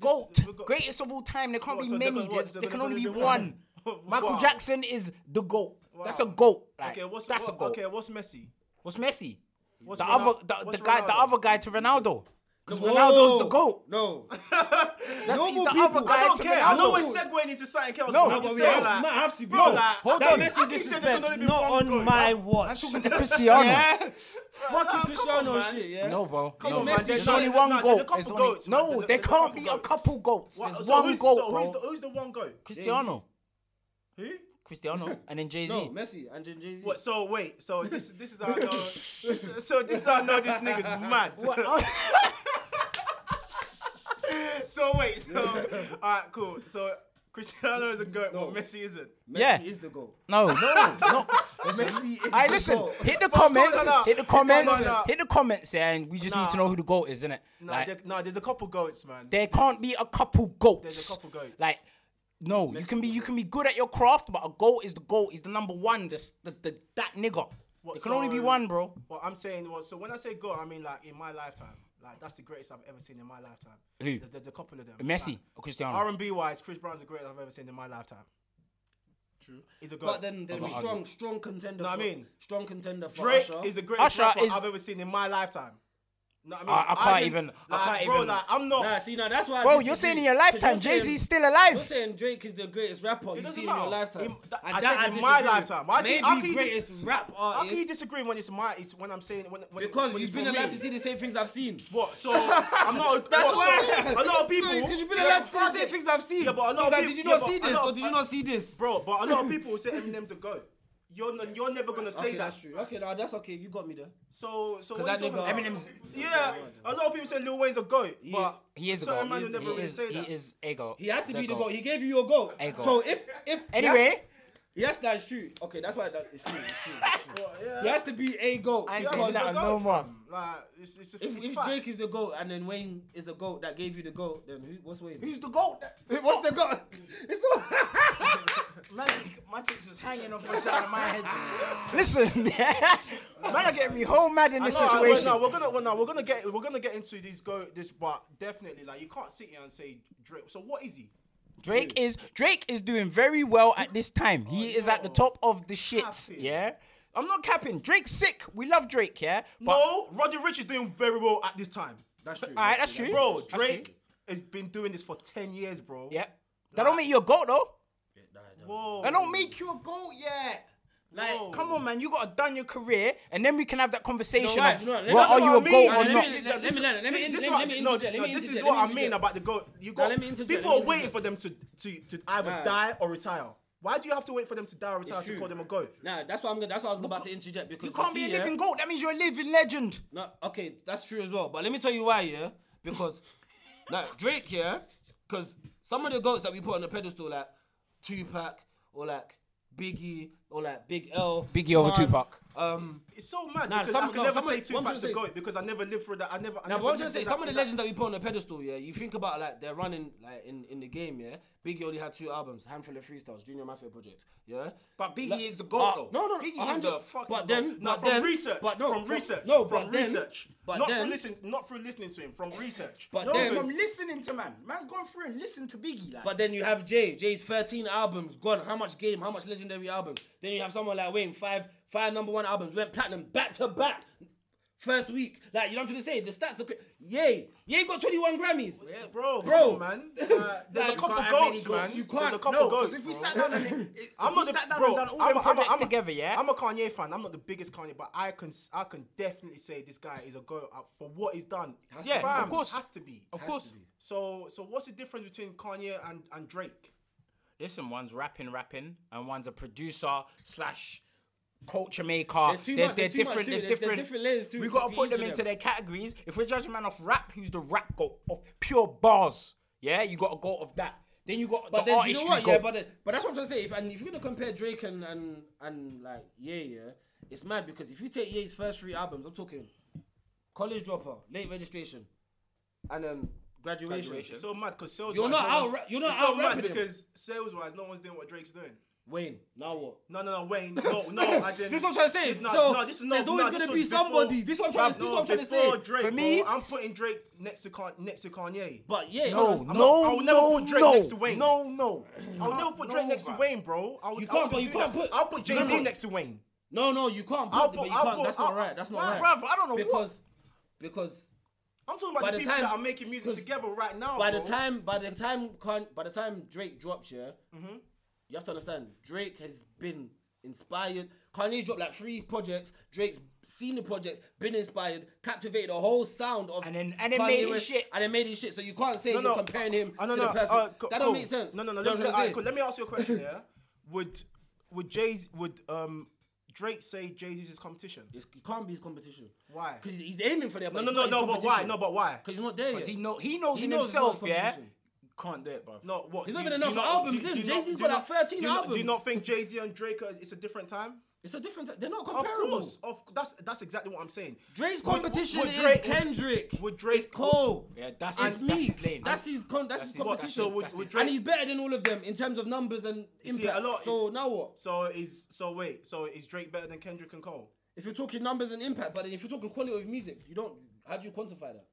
goat.
we got-
Greatest of all time. There can't
What,
be
so they're
many.
gonna- what,
There's-
so
there
they're
can
gonna
only be
do
one.
one?
Michael
Wow.
Jackson is the goat. That's a
Wow.
goat. Like,
Okay, what's
that's
what,
a goat.
okay? What's Messi?
What's Messi?
What's
the
Ronal-
other, the,
what's
the guy, the
Ronaldo?
other guy to Ronaldo. Because
Whoa.
Ronaldo's the goat.
[laughs] No.
That's
No
he's
more
the
people.
other
I
guy
I don't
to
care.
Ronaldo.
I know we're segueing into something else.
No,
but I'm
but
just
we
saying,
have-
like,
might have to,
bro.
bro.
like,
Hold
that
on.
Messi
How can
you say
disrespect,
there can only be
not
one
on
goat?
my.
watch.
I'm talking to Cristiano.
Fucking
on,
Cristiano
man.
shit, yeah.
No, bro.
Come
no.
on, man.
There's,
There's
only
no-
one
there's not-
goat.
there's a couple
There's only-
goats, man.
no,
There's a-
there
there's a
can't
couple
be a
goats.
couple goats.
What-
There's
so
one
who's,
goat,
so
bro.
Who's the, who's the one goat?
Cristiano.
Who?
Cristiano. And then Jay Z.
No, Messi and Jay Z.
What? So wait. [laughs] So this this is how I know. this, so this is how I know this nigga's mad. [laughs] so wait. So all right, cool. So Cristiano is a goat, but Messi isn't.
Messi
Yeah.
is the goal.
no, no, no.
Messi is
I
the
listen.
goal.
Hit the comments.
no, no.
Hit the
Hit the comments.
comments.
No, no.
Hit the comments, yeah, and we just need
Nah.
to know who the goat is, innit?
Nah,
Like,
there, nah, there's a couple goats, man.
there can't be a couple goats.
There's a couple goats.
Like, no, you can be you can be good at your craft, but a goat is the goat. Is the number one. The, s- the, the that nigga.
What,
it can only be
so-
one, bro.
Well, I'm saying, well, so when I say goat, I mean like in my lifetime, like that's the greatest I've ever seen in my lifetime.
Who?
There's, there's a couple of them.
Messi or Cristiano.
R and B wise, Chris Brown's the greatest I've ever seen in my lifetime.
True.
He's a goat.
But then there's a
arguing.
strong, strong contender.
Know what I
for-
mean?
strong contender for
Drake
Usher.
is the greatest
Usher
rapper
is-
I've ever seen in my lifetime. Know what I mean?
I- I can't
didn't-
even- I
like,
can't
bro,
even-
Like, I'm not.
Nah, see now that's why. I
Bro, you're
disagree.
saying in your
'Cause
lifetime,
you're saying-
Jay-Z's still alive.
You're saying Drake is the greatest rapper you've
doesn't
seen in your
matter.
lifetime.
In- that-
And
I
that
said in my
disagree with.
lifetime. Why do you-
Maybe
how can you dis-
greatest rap
How can you
artist
disagree when it's my? It's when I'm saying when, when
because
when
you've
it's
been
for
alive
me?
to see the same things I've seen. [laughs]
What? So I'm not. A, That's
why-
So, a lot of people.
Because you've been
Yeah,
allowed to see the
fuck
same
it.
things I've seen.
Yeah, but a lot
So
of
it's like,
people-
did you not
yeah,
see
but a
this
lot
or
of-
did you not see this?
bro. But a
[laughs]
lot of people say Eminem's a goat. You're n- you're never gonna say
okay,
that.
that's true. Okay, now that's okay. You got me there.
So so
Cause
what
that
you talking
nigga-
about?
Eminem's-
Yeah, a lot of people say Lil Wayne's a goat, but
He is a
certain
goat.
man
He
will
is-
never
he
really
is-
say
he
that.
is a goat.
He has to
The
be the
goat.
goal. He gave you your goal.
A
So
goal.
if if
Anyway.
yes, yes, that's true. Okay, that's why that is true. It's true. It's
[laughs]
true. He has to be a goal.
I ain't
Yeah,
saying
but it's
that
a
no
goat,
more. [laughs]
fam. Like it's it's a,
If,
it's
if
facts.
Drake is the goat and then Wayne is the goat that gave you the goat, then who, what's Wayne?
Who's the goat?
[laughs] What's the goat? [laughs] It's all.
Man, my tits is hanging off the side of my head. Listen, man, are getting me whole mad in [laughs] this
No, no,
situation.
No, we're gonna, we're, no, we're gonna get, we're gonna get into these go, this, but definitely, like, you can't sit here and say Drake. So what is he?
Drake
Mm.
is Drake is doing very well at this time. He
Oh,
is at the
no.
top of the shits.
Capping.
Yeah, I'm not capping. Drake's sick. We love Drake. Yeah, but
no, Roddy Rich is doing very well at this time,
That's true.
Alright, that's true.
bro.
That's
Drake has been doing this for ten years, bro.
yeah, that don't make you a goat though.
Whoa.
That don't make you a goat yet. Like,
Oh.
Whoa.
come on, man, you gotta done your career, and then we can have that conversation.
No, right,
of,
no, let me-
well,
that's
are
what
you
I
a
mean.
goat
Nah,
or
let
not?
me- let- let me- let me-
this-
let me-
this is
let
what-
me
no,
interject, let
no,
me
this is
interject,
what
let me
I mean
interject.
about the goat. You got
let me interject,
people
let me
are waiting
interject.
for them to to to either
Nah.
die or retire. Why do you have to wait for them to die or retire
It's
to
true.
call them a goat?
Nah, that's what I'm. gonna- That's what I was about to interject because
You can't be a
see, yeah,
living goat. That means you're a living legend.
No, okay, that's true as well. But let me tell you why, yeah, because [laughs] like Drake, yeah, because some of the goats that we put on the pedestal, like Tupac or like Biggie or like Big L,
Biggie over
Quan,
Tupac.
Um,
It's so mad
Nah,
because
some-
I can
no,
never
some of
say
the- what I'm
Tupac's a
trying to say-
goat because I never lived through that. I never. I
Now, but I'm
never lived
trying to
through
say,
that-
some of the
that-
legends that we put on the pedestal, yeah, you think about like they're running like in, in the game, yeah. Biggie only had two albums, handful of freestyles, Junior Mafia Project, yeah.
But Biggie
Like-
is the goat,
Uh,
though.
No, no, no.
Biggie is
100.
the fucking
But then,
No,
but
from
then,
research.
But no,
from, research.
No,
from
but then-
research.
But
not
then,
from listening. Not from listening
[clears throat]
to him. From research.
But
No,
then,
from listening to man. Man's gone through and listened to Biggie. Like.
But then you have Jay. Jay's 13 albums gone. How much game? How much legendary albums? Then you have someone like Wayne. Five, five number one albums went platinum back to back. First week, like you know what I'm trying to say. The stats are cra- yay. Yay got 21 Grammys.
bro,
Bro.
bro, man. Uh, there's
Like,
a couple
you can't have many
goats, man.
goats. You
There's a
can't-
couple
no, 'cause
goats.
if we
bro.
sat down and
[laughs]
if
I'm
we
not the,
sat down
bro,
and done all
I'm
them
a- I'm a-
projects
I'm a-
together, yeah.
I'm a Kanye fan. I'm not the biggest Kanye, but I can I can definitely say this guy is a goat uh, for what he's done.
Has
Yeah, to be.
Fam,
of course.
has to be.
of
Has
course.
to be.
So so what's the difference between Kanye and and Drake?
Listen, one's rapping, rapping, and one's a producer slash culture maker.
There's too much- there's too much to it. There's- there's different layers to-
we
to-
gotta
to
put
each
them
of
into
them.
their categories. If we're judging man off rap, who's the rap goat of pure bars? Yeah, you gotta go of that. Then you got
But
the
then you know
artistry
what?
goat.
Yeah, but then, but that's what I'm trying to say. If and if you're gonna compare Drake and and and like yeah, yeah, it's mad because if you take Ye's first three albums, I'm talking College Dropper, Late Registration, and then Graduation.
Graduation.
so mad because sales.
You're not out. You're not
It's so
out
mad
rapping because
because sales wise, no one's doing what Drake's doing.
Wayne. Now what?
No, no, no,
[laughs]
Wayne. No, no. as in-
This is what I'm trying to say.
It's not-
so
no, this is not-
there's always
no,
gonna
this
be
was before-
somebody. This is what I'm trying. to- This is what I'm trying to say.
before Drake,
For
For
me-
me, I'm putting Drake next to Con- next to Kanye.
But yeah,
no,
I'm-
no,
I'm-
no,
I would never put Drake
no,
next to Wayne.
No, no.
I would never put Drake next to Wayne, bro. I would,
You
I would
can't, bro,
do
you can't
that.
put-
I'll put Jay
No,
Z
no.
next to Wayne.
no, no. You can't.
I'll
Put,
put-
but you
I'll
can't.
put-
that's not
I'll-
right. That's not
Nah,
right.
bruv, I don't know what-
because because
I'm talking about
By
the,
the
people
time-
that are making music
'cause
together right now.
by
bro.
the time by the time Con- by the time Drake drops, yeah,
Mm-hmm.
you have to understand Drake has been inspired. Kanye dropped like three projects. Drake's seen the projects, been inspired, captivated the whole sound of
And then- and then
Kanye
made his
West,
shit.
and then made his shit. So you can't say
No,
you're
no,
comparing him
uh, no,
to
no,
the person.
uh, co-
that don't
cool.
make sense.
No, no, no.
Do you
Let,
know what
let,
I'm
alright,
saying?
cool, let me ask you a question. Yeah, would would Jay's would um Drake say Jay Z's his competition?
It's- it can't be his competition.
Why?
Because he's aiming for that.
No, no, no, no. But why? No, but why?
Because he's not there yet.
But he know he knows
He
in
knows he's not
himself,
a
yeah.
competition.
Can't do it, bro.
No,
He's
what? do
not
you-
even
do
enough
you not-
albums
do you-
in.
do you
Jay-Z's
not- do
got
you
like
not-
13
do you not- Do
albums.
you not think Jay Z and Drake are, it's a different time?
it's a different. They're not
Of
comparable.
course, of that's that's exactly what I'm saying.
Drake's
Would- would-
competition
would Drake-
is
would-
Kendrick.
would Drake-
it's Cole.
Yeah, that's
it's
his- that's
Meek.
his lane.
That's his con- that's, his
his-
competition.
that's
So would- would
his-
and
Drake-
he's better than all of them in terms of numbers and
You see,
impact.
a lot
so
is-
now what?
So is so wait. So is Drake better than Kendrick and Cole?
If you're talking numbers and impact, but then if you're talking quality of music, you don't. How do you quantify that?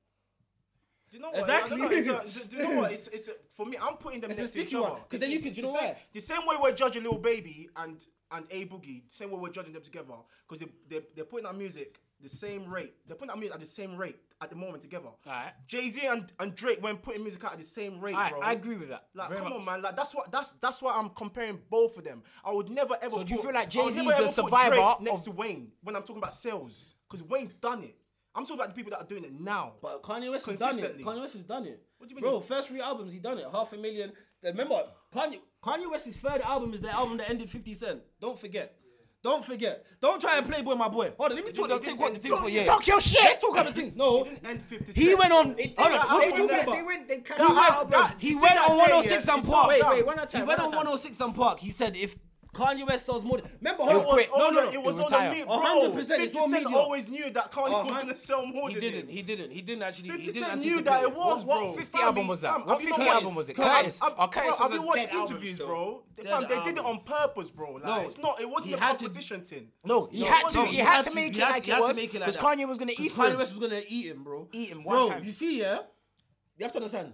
Do you know what?
Exactly.
I don't know.
[laughs]
It's a- do you know what? It's, it's a, for me. I'm putting them
It's a
next to each
sticky one,
other.
'cause
It's-
then you
it's-
can-
it's
you
the
know
same,
why?
the same way we're judging Lil Baby and and A Boogie. The same way we're judging them together because they they're, they're putting out music the same rate. They're putting out music at the same rate at the moment together.
Alright.
Jay Z and, and Drake when putting music out at the same rate,
I,
bro.
I agree with that.
Like,
very
come
much.
on, man. Like, that's what that's that's why I'm comparing both of them. I would never ever.
So do you
put-
feel like
I would
Jay-Z
never
is the
ever put
survivor
Drake next
of-
to Wayne when I'm talking about sales? Because Wayne's done it. I'm talking about the people that are doing it now.
But Kanye West has done it.
Consistently.
Kanye West has done it. What
do you mean
Bro,
he's-
first three albums, he done it. Half a million. Remember, Kanye, Kanye West's third album is the album that ended 50 Cent. Don't forget. Don't forget. Don't try and play boy, my boy. Hold on, let me talk.
didn't-
Let's
it
take
didn't
what the
end-
things for
Don't
yeah.
talk your shit.
Let's talk other things. No,
didn't end 50
he
Cent.
went on.
It
Hold
did.
on,
That
what are you
album
talking
that-
about?
they went-
they
That album- that-
He
you see
went on
that day, yeah,
106 and
it's
Park.
so dumb.
He went on 106 and Park. He said if Kanye West sells more, than, remember?
He'll
Hold on,
quit.
no, no, no.
It was
He'll
on
retire.
the meat,
A
bro.
hundred percent, it's
50
on
Cent
media.
always knew that Kanye was
Uh-huh.
going to sell more
He
than
didn't.
him.
He didn't. He didn't actually.
50
He didn't
Cent
anticipate
knew that it
What-
was,
what
bro.
50 album was that?
Fam,
What
have you
50
watched-
album was it?
Fam, I've-
Curtis.
I've-
Oh, Curtis
bro, I've
was a
been watching
dead album
interviews,
still.
bro. They-
Dead
Fam, they did it
album.
on purpose, bro. Like,
No,
it's not. It
he
wasn't a
had to-
competition thing.
No, he
No,
had
no,
to. He, had, to make
he
it
had-
like
he
it
had to
was
make it like that.
because Kanye was gonna eat
Because Kanye
him.
West was gonna eat him, bro.
Eat him one
bro.
time.
You see, yeah. You have to understand.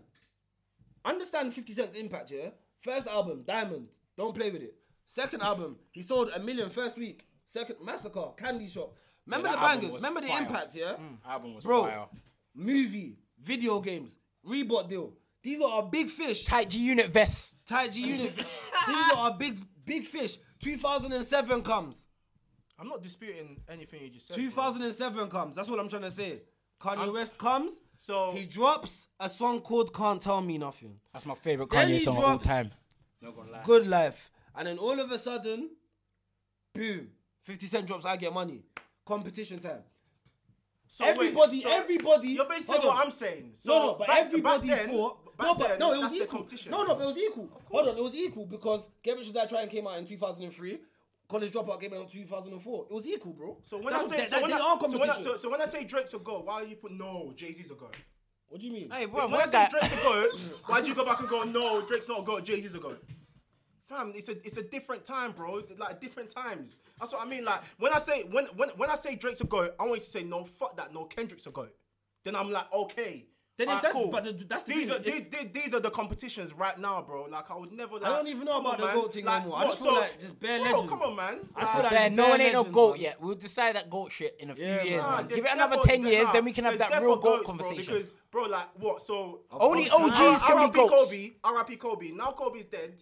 Understand 50 Cent's impact, yeah. First album, Diamond. Don't play with it. Second album, he sold a million first week. Second, Massacre, Candy Shop. Remember
that
the
album
bangers.
was
Remember the
fire. Mm,
impact, yeah.
Album was
bro.
fire.
Movie, video games, Reebok deal. These are our big fish.
Tight G Unit vest.
Ty G Unit.
[laughs]
These are our big big fish. 2007 comes.
I'm not disputing anything you just said. bro.
2007 comes. That's what I'm trying to say. Kanye West comes.
So-
he drops a song called "Can't Tell Me Nothing."
That's my favorite
Then he
Kanye song of all
drops-
time.
Good life. And then all of a sudden, boom. 50 Cent drops. I get money. Competition time.
So
everybody, everybody.
You're basically
hold on.
what I'm saying. So
no, no, but
back- back
everybody
then-
thought.
back
No, but
then,
no, it was
that's the
equal.
competition.
No, no, but it was equal. Hold on, it was equal because Get Rich or Die Trying came out in 2003. College Dropout came out in 2004. It was equal, bro.
So when
That's-
I say
that-
so
that-
when
they
I,
are
so when I,
competition.
so, so when I say Drake's a go, why you put no Jay Z's a go?
what do you mean?
Hey, bro,
When I
what's
say
that?
Drake's a
[laughs]
go, why do you go back and go no Drake's not a go, Jay Z's a go? Fam, it's a it's a different time, bro. Like different times. That's what I mean. Like when I say when when when I say Drake's a go, I want you to say no fuck that, no Kendrick's a go. Then I'm like okay.
Then if
Alright,
that's- but the- that's the
these
thing,
are these, these, these are the competitions right now, bro. Like I would never. Like,
don't even know
come
about
on,
the
man.
GOAT thing no
Like,
more. I just
what?
feel
So-
like just bare
bro,
legends.
Come on, man.
I feel like
Bear,
He's
no
bare
one ain't no
legends,
goat
man.
yet. We'll decide that goat shit in a few
Yeah,
years,
man. Nah,
man. Give it
there's
another
defo-
ten
there's
years,
nah,
then we can have
there's
that
defo
real goat
goats, bro,
conversation.
because, bro, like, what? So
Only
course.
OGs can be
RIP
goats.
Kobe, RIP Kobe. Now Kobe's dead.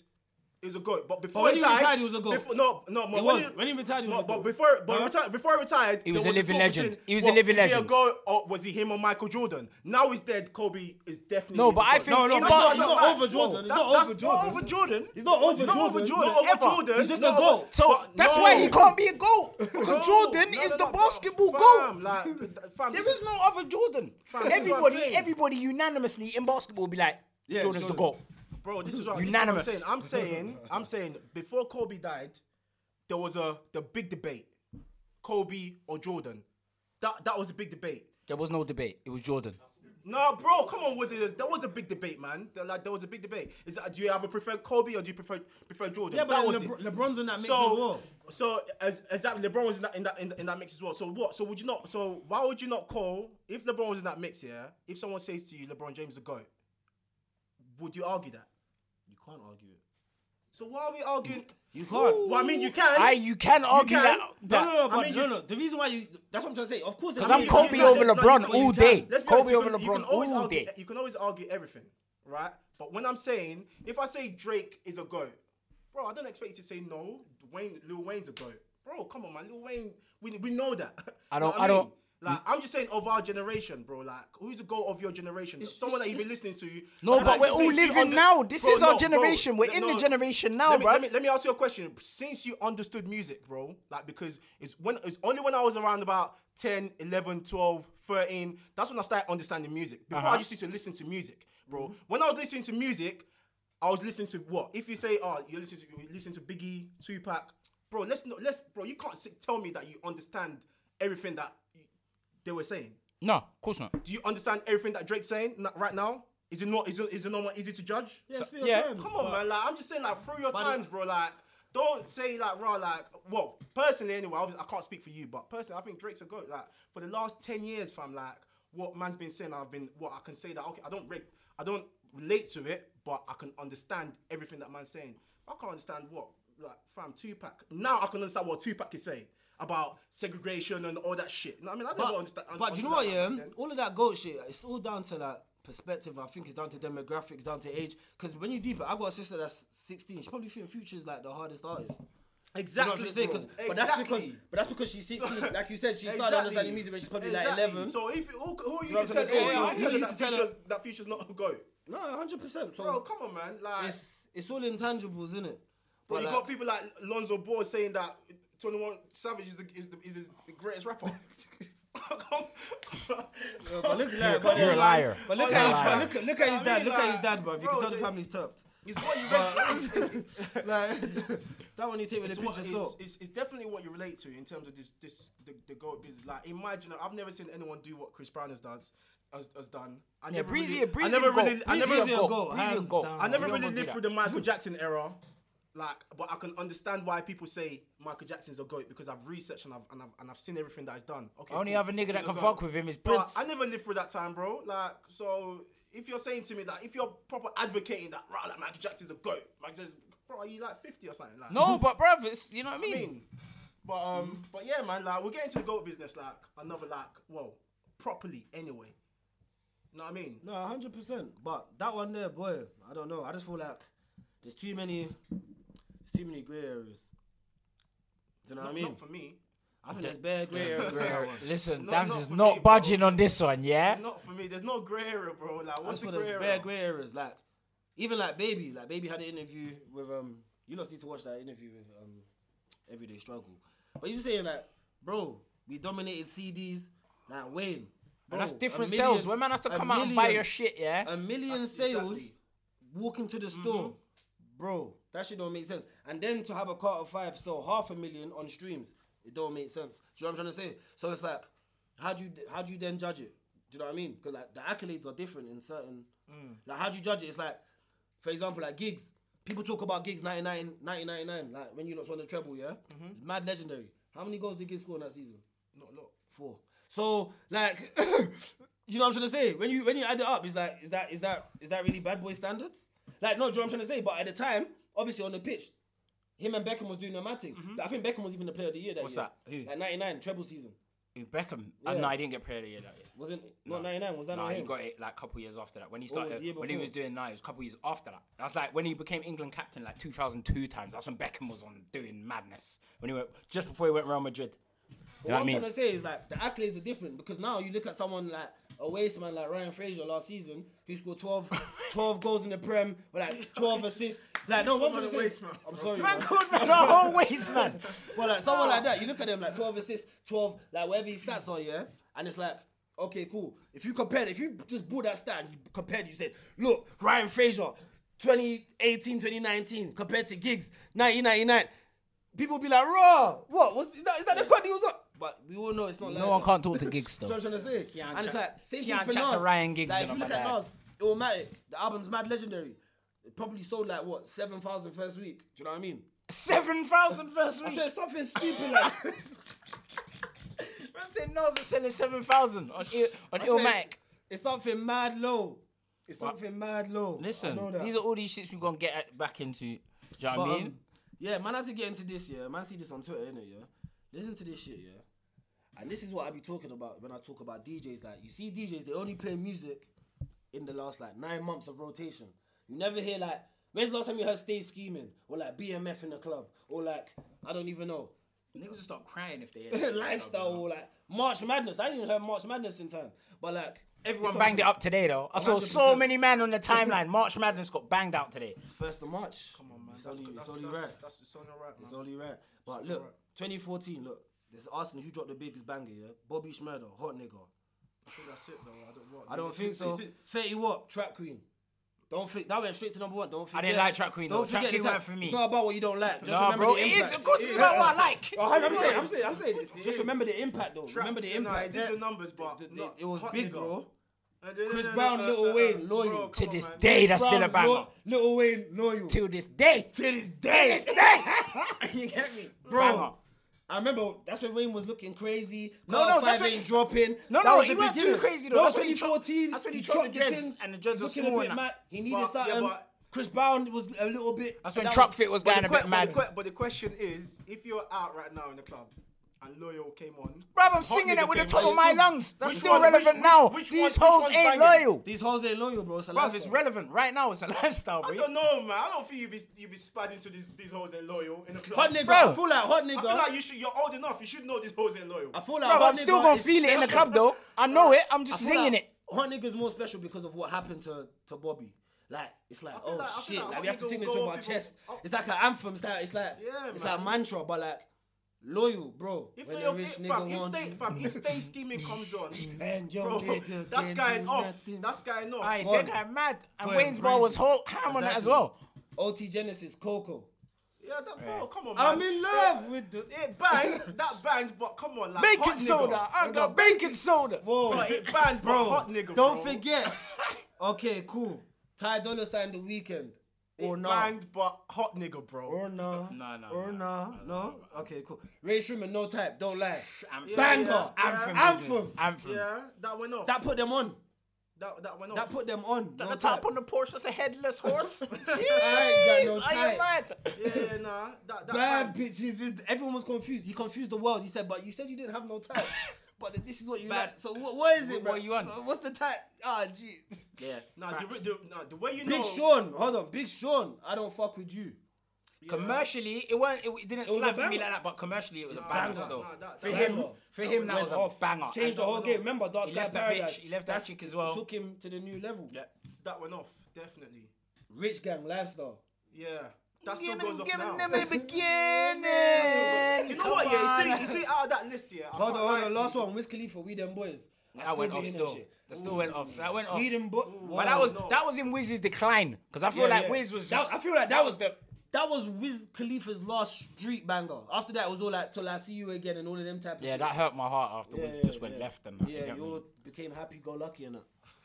is a goat. But before
when
he
he
died,
retired, he was a goat.
Before, no, no, but
He
when
was. When he retired, he was
no,
a
but
goat.
before, but
Huh?
retired, before he retired,
He was
there
a
the
living
talk
legend.
between,
He was a
well,
living
is He a
legend.
goat or was he him or Michael Jordan? Now he's dead. Kobe is definitely
No, but
a
I
goat.
think- No, no,
but he's not
that.
over Jordan. He's
That's-
not
that's
over Jordan.
Not over Jordan.
He's not over
Not over
Jordan.
Jordan.
Not over
ever.
Jordan. He's just a
No,
goat.
but-
So
but
that's
no.
why he can't be a
[laughs]
goat. Because
No,
Jordan
no,
is
no,
the
no, but
basketball
fam,
goat. [laughs]
Like, th- fam,
There
this-
is no other Jordan.
Fam, this is what I'm
everybody,
saying.
everybody unanimously in basketball will be like,
Yeah,
Jordan's the
Jordan.
goat.
bro. This is what
Unanimous.
This is what I'm saying. I'm saying. I'm saying. Before Kobe died, there was a the big debate: Kobe or Jordan. That that was a big debate.
There was no debate. It was Jordan.
No, bro, come on with this. There was a big debate, man. There, like, there was a big debate. Is that, do you ever prefer Kobe or do you prefer prefer Jordan?
Yeah, but
that
then Lebr-
was it.
LeBron's in that mix
so,
as well.
So as, exactly, LeBron was in that, in that in that in that mix as well. So what? So would you not? So why would you not call if LeBron was in that mix? Yeah, if someone says to you LeBron James is a goat, would you argue that?
You can't argue it.
So why are we arguing?
You can't.
Well, I mean, you can.
I, you can argue
can.
that.
No,
that-
no, no, but
mean,
no,
you-
no. The reason why you. That's what I'm trying to say. Of course, there's
I'm
reasons
Kobe
you can't-
over
it's not-
LeBron
you can-
all
you
day.
can. Let's be
Kobe
honest, you
over
can- you
LeBron
can always
all
argue-
day.
You can always argue everything, right? But when I'm saying, if I say Drake is a goat, bro, I don't expect you to say no. Wayne, Lil Wayne's a goat, bro. Come on, man, Lil Wayne. We, we know that. [laughs]
I
Know
don't-
what
I don't-
mean? Like I'm just saying of our generation, bro. Like who's the goat of your generation? Someone
it's-
that you've been
it's-
listening to.
No,
like,
but we're
since
all
you
living
under-
now. This
Bro,
is our
no, bro.
generation. We're
Le-
in
no.
the generation now,
let me,
bro.
let me- let me ask you a question. Since you understood music, bro, like because it's when it's only when I was around about 10, 11, 12, 13, that's when I started understanding music. Before
Uh-huh.
I just used to listen to music, bro. When I was listening to music, I was listening to what? If you say, oh, you listen to you listen to Biggie, Tupac, bro. Let's not let's bro. You can't sit, tell me that you understand everything that you- they were saying.
No, of course not.
Do you understand everything that Drake's saying na- right now? Is it not? Is it, is it not easy to judge?
Yeah, it's for your
Yeah.
times,
Come on,
but-
man. Like I'm just saying, like through your
But-
times, bro. Like don't say like raw. Like well, personally, anyway, I, was- I can't speak for you, but personally, I think Drake's a goat. Like for the last ten years, fam. Like what man's been saying, I've been what I can say that okay, I don't reg- I don't relate to it, but I can understand everything that man's saying. I can't understand what like fam Tupac. Now I can understand what Tupac is saying about segregation and all that shit. You know what I mean, I don't understand.
But do you know what? Yeah,
understand that back then.
all of that goat shit. It's all down to like perspective. I think it's down to demographics, down to age. Because when you deep it, I got a sister that's 16. She probably think Future's like the hardest artist. You know what
Exactly.
I'm saying? 'Cause-
bro.
But that's
Exactly.
because, but that's because she's 16. like you said, she started
Exactly.
understanding music when she's probably
Exactly.
like 11.
So if who, who are you
know
to
what I'm
tell,
saying?
who are you to
Yeah, yeah,
tell her
you
that,
to tell her-
future's, that future's not a go?
no, 100. percent So
Bro, come on, man. Like,
it's it's all intangibles, isn't it?
but you
like,
got people like Lonzo Ball saying that 21 Savage is the, is the, is his, the greatest [laughs] rapper. Come- come-
but look, like,
You're
but
a
then,
liar.
But look
You're a
at his,
liar.
but look, look at his
I
dad.
mean,
look at his
like,
dad, bro. You
bro,
can tell the
they-
family's tucked.
It's what you relate.
[laughs]
[laughs]
Like that one, you take with
It's,
a
what,
pinch of
it's,
salt.
it's, it's definitely what you relate to in terms of this this the, the goat business. Like, imagine I've never seen anyone do what Chris Brown has done. Has, has done. I
Yeah,
never
breezy,
really,
breezy.
I never
a goat.
really, I
Breezy
never
a
Breezy a
goat.
goat,
Breezy a
hands
goat.
down.
I never
You don't
really
wanna do
lived
that.
through the Michael Jackson era, like, but I can understand why people say Michael Jackson's a goat because I've researched and I've and I've, and I've seen everything that he's done. Okay.
Only
cool.
other nigga
He's
that
a
can
goat.
fuck with him is
But
Prince.
I never lived through that time, bro. Like, so if you're saying to me that if you're proper advocating that, right, like Michael Jackson's a goat, Michael Jackson's, bro, are you like fifty or something? Like,
No, but bruv, it's, you know what I
I
mean?
mean, but
mm.
um, but yeah, man, like we're getting to the goat business, like another like, well, properly anyway. Know what I mean?
No, hundred percent. But that one there, boy, I don't know. I just feel like there's too many, there's too many grey areas. Do you know what I mean?
Not for me.
I think there's bare grey areas. in that one.
[laughs] Listen,
No,
Dams
not
is
for
not
me, bro.
budging on this one, yeah?
Not for me. There's no grey area, bro. Like,
That's
what's the
for
grey
there's
area?
bare grey areas. Like even like baby, like baby had an interview with um. You lot need to watch that interview with um. Everyday struggle, but you just saying like, bro, we dominated CDs. Like Wayne. Bro,
and that's
a
different
million-
sales. When man has to
a
come out and buy
million-
your shit, yeah?
a million
Eh? That's
sales
exactly. Mm-hmm.
walking to the store, bro. That shit don't make sense. And then to have a cart of five sell half a million on streams, it don't make sense. Do you know what I'm trying to say? So it's like, how do you how do you then judge it? Do you know what I mean? Because like the accolades are different in certain.
Mm.
Like how do you judge it? It's like, for example, like gigs. People talk about gigs 99, 1999, like when you lost won the treble, yeah? Mad legendary. How many goals did gigs score in that season?
Not a lot.
Four. So like, [coughs] you know what I'm trying to say? When you when you add it up, is that is that is that is that really bad boy standards? Like, no, do you know what I'm trying to say? But at the time, obviously on the pitch, him and Beckham was doing the matting. I think Beckham was even the player of the year that
What's
year.
that? Who?
Like 99 treble season.
Beckham. Uh,
Yeah.
no, he didn't get player of the year that year.
Wasn't not ninety nine? Was that
No,
not
he
him?
got it like a couple years after that. When he
Or the
started,
year
when he was
before.
doing that, it was a couple years after that. That's like when he became England captain, like 2002 times. That's when Beckham was on doing madness. When he went just before he went Real Madrid. You
What
know what I
I'm
mean?
[laughs] trying to say is like the accolades are different because now you look at someone like a waste man like Ryan Fraser last season who scored
[laughs]
12, 12 goals in the Prem with like twelve assists. Like no, what I'm trying
Come on,
to say.
waste man.
I'm sorry.
Man
man.
called [laughs] me the whole waste man.
[laughs] Well, like someone
Oh.
like that, you look at them like twelve assists, twelve like whatever his stats are, yeah, and it's like. Okay, cool. If you compared, if you just bought that stat and you compared, you said, look, Ryan Fraser, 2018, 2019, compared to Giggs, 1999, people be like, raw, what? What's, is, that, is that the quad he was on? But we all know it's not like
No one
that.
can't talk
[laughs]
to gigs
Do
though.
you know what I'm trying to say?
Keon
and it's
Cha-
like, same
Keon
thing for
Cha- to
Nas.
Ryan Giggs
like,
and
if you
all
look
my
at
dad.
Nas, Illmatic, the album's mad legendary. It probably sold like, what, 7,000 first week? Do you know what I mean?
Seven thousand first
I
week.
said something stupid like
I said Nas is selling seven thousand on Il- on
I said
Illmatic.
it's- It's something mad low. It's something mad low. I
Listen,
know that.
these are all these shits we're gonna get at- back into. Do you know what
But,
I mean?
um, yeah, man, I had to get into this, yeah. Man, see this on Twitter, innit, yeah? Listen to this shit, yeah? And this is what I be talking about when I talk about DJs. Like, you see DJs, they only play music in the last, like, nine months of rotation. You never hear, like, when's the last time you heard Stay Scheming? Or, like, BMF in the club? Or, like, I don't even know. [laughs]
Niggas will start crying if they
Lifestyle or, like, March Madness. I didn't even heard March Madness in time. But, like,
Everyone banged it up today though. I saw so
100%.
many men on the timeline. March Madness got banged out today.
First of March. Come
on, man.
It's
That's,
only,
that's,
it's only
that's,
right.
that's, it's only right,
It's
man.
only right. But look, 2014, look, there's asking who dropped the biggest banger, yeah? Bobby Schmurder, hot nigga.
I think that's it, though. I don't, what,
I don't think
[laughs]
so. 30 what? Trap Queen. Don't think that went straight to number one. Don't forget.
didn't like Trap Queen, though.
Don't
Trap
forget
Queen
the
weren't
type-
for me.
It's not about what you don't like. Just
Nah,
remember
bro,
the
it
impact.
is. Of course, it's about what I like.
Oh, I'm saying, I'm
is.
saying, I'm saying.
It
Just
is.
remember the impact, though. remember the
No, I
impact.
did the numbers, but
It-
not-
it was
hot
big,
nigga.
bro.
Uh, no, no,
Chris
no, no,
Brown,
uh,
Lil
uh,
Wayne,
uh,
loyal.
bro,
To
come on,
this
man.
day, that's still a banger.
Lo- Lil Wayne, loyal.
Till this day.
To this day.
Till this [laughs] day.
you get me? Bro.
Banger.
I remember that's when Wayne was looking crazy.
No,
Carl
no, that's
Five
when-
ain't dropping.
No,
That
no,
was
he
the
weren't too
beginning.
crazy, though.
No,
That's when he
2014.
chopped- that's when he
he
chopped
chopped the
the dreads,
things,
and the dreads were
looking a
small
bit
and that.
mad. He needed
But-
something.
yeah, but-
Chris Brown was a little bit.
That's when
that
Trump
was-
Fit was
But
going
the
a bit
que-
mad.
But the, que- but the question is, if you're out right now in the club and Loyal came on,
Bruv, I'm
Hot
singing
Nigga
it with the
came
top
on,
of my lungs. That's
Which
still
one- which-
relevant
which-
now.
which one-
These
which
hoes
one's
ain't
banging?
loyal.
These hoes ain't loyal, bro. It's a
Bruv, it's
lifestyle.
relevant. Right now, it's a lifestyle,
I
bro.
don't know, man. I don't think you be you be spazzing to these these hoes ain't loyal in the club.
Hot
Bro.
nigga, full out, hot
I feel like
nigga.
you should. You're old enough. You should know these hoes ain't loyal.
I feel like
Bruv,
hot
I'm still
nigga
gonna
is
feel it in the
special.
club, though. I know it. I'm
I
just
feel
singing
like
it.
Hot nigga's more special because of what happened to, to Bobby. Like it's like
feel
oh
like- I feel
shit,
like
like,
Hot
we have to
Nigga
sing
will
this
go
with
off
our
people-
chest.
oh.
It's like an anthem. It's like it's like
Yeah,
it's
man.
like mantra, but like loyal, bro.
If
When
you're
a
if,
rich
fam,
nigga
if
wants
stay
you-
fam, if stay scheming comes on,
[laughs] And your
bro,
nigga
that's
can
going
do
off.
nothing.
That's going off.
I
God.
did that mad. And
Going
Wayne's ball was
crazy.
whole ham on it as
Exactly.
well.
OT Genesis, Coco.
yeah, that bro, come on, man.
I'm in love with the.
Yeah, It bangs, that bangs, but come on, like
Baking
hot nigga.
soda. I got baking soda.
Whoa,
Bro,
[laughs]
it bangs, bro. Hot nigga,
don't
bro.
forget.
[laughs]
okay, cool. Ty Dolla Sign the weekend. Or
It
no.
banged, but hot nigga, bro.
Or no.
No, no,
Or no.
no. No, no,
No. Okay, cool. Ray Sherman, no type. Don't lie.
Anthem.
Banger.
yeah,
Anthem.
yeah.
business.
Anthem.
Anthem.
Yeah, that went off.
That put them on.
that, that went off.
That put them on.
At
No
the
type.
top on the Porsche, that's a headless horse.
I ain't got
Jeez,
no
are
type.
you mad?
yeah, yeah, nah. That, that
Bad
banged.
bitches. Is, everyone was confused. He confused the world. He said, "But you said you didn't have no
[laughs]
type." But this is what you
Bad.
like. So what, what is it,
What-
bro?
what you want?
So what's the type? Ah, [laughs] jeez.
Yeah.
Nah, the, the, nah, the way you know.
Big Sean, hold on, Big Sean, I don't fuck with you.
Commercially, it weren't. It, it didn't
was a
slap for me
banger.
like that, but commercially, it was a banger
banger.
still.
Nah, that-
for
that
him,
went off.
for him, that
Went
was a
off.
banger.
Changed the
And
whole game. Remember, Dark
He
Sky
left that
Paradise.
bitch- he left that
That's-
chick as well.
Took him to the new level.
Yeah.
That went off, definitely.
Rich gang lifestyle.
Yeah. That still
Giving,
goes off
giving
now.
them
[laughs]
a beginning.
Do you know what? Yeah, you see, you see out of that list, yeah. I
Hold
can't
on,
lie
hold
to
on.
you.
Last one, Wiz Khalifa, We Them Boys. I
That went
be
off
hitting
still.
shit.
That still went off. That went off.
We Them Boys.
But that was that was in Wiz's decline because I feel
Yeah,
like
yeah.
Wiz was
That-
just.
I feel like that was the that was Wiz Khalifa's last street banger. After that, it was all like "Till I See You Again" and all of them type of
yeah,
shit.
that hurt my heart after Wiz
yeah,
just went
yeah.
left and that. you
Yeah,
get
you
me?
all became happy-go-lucky and that.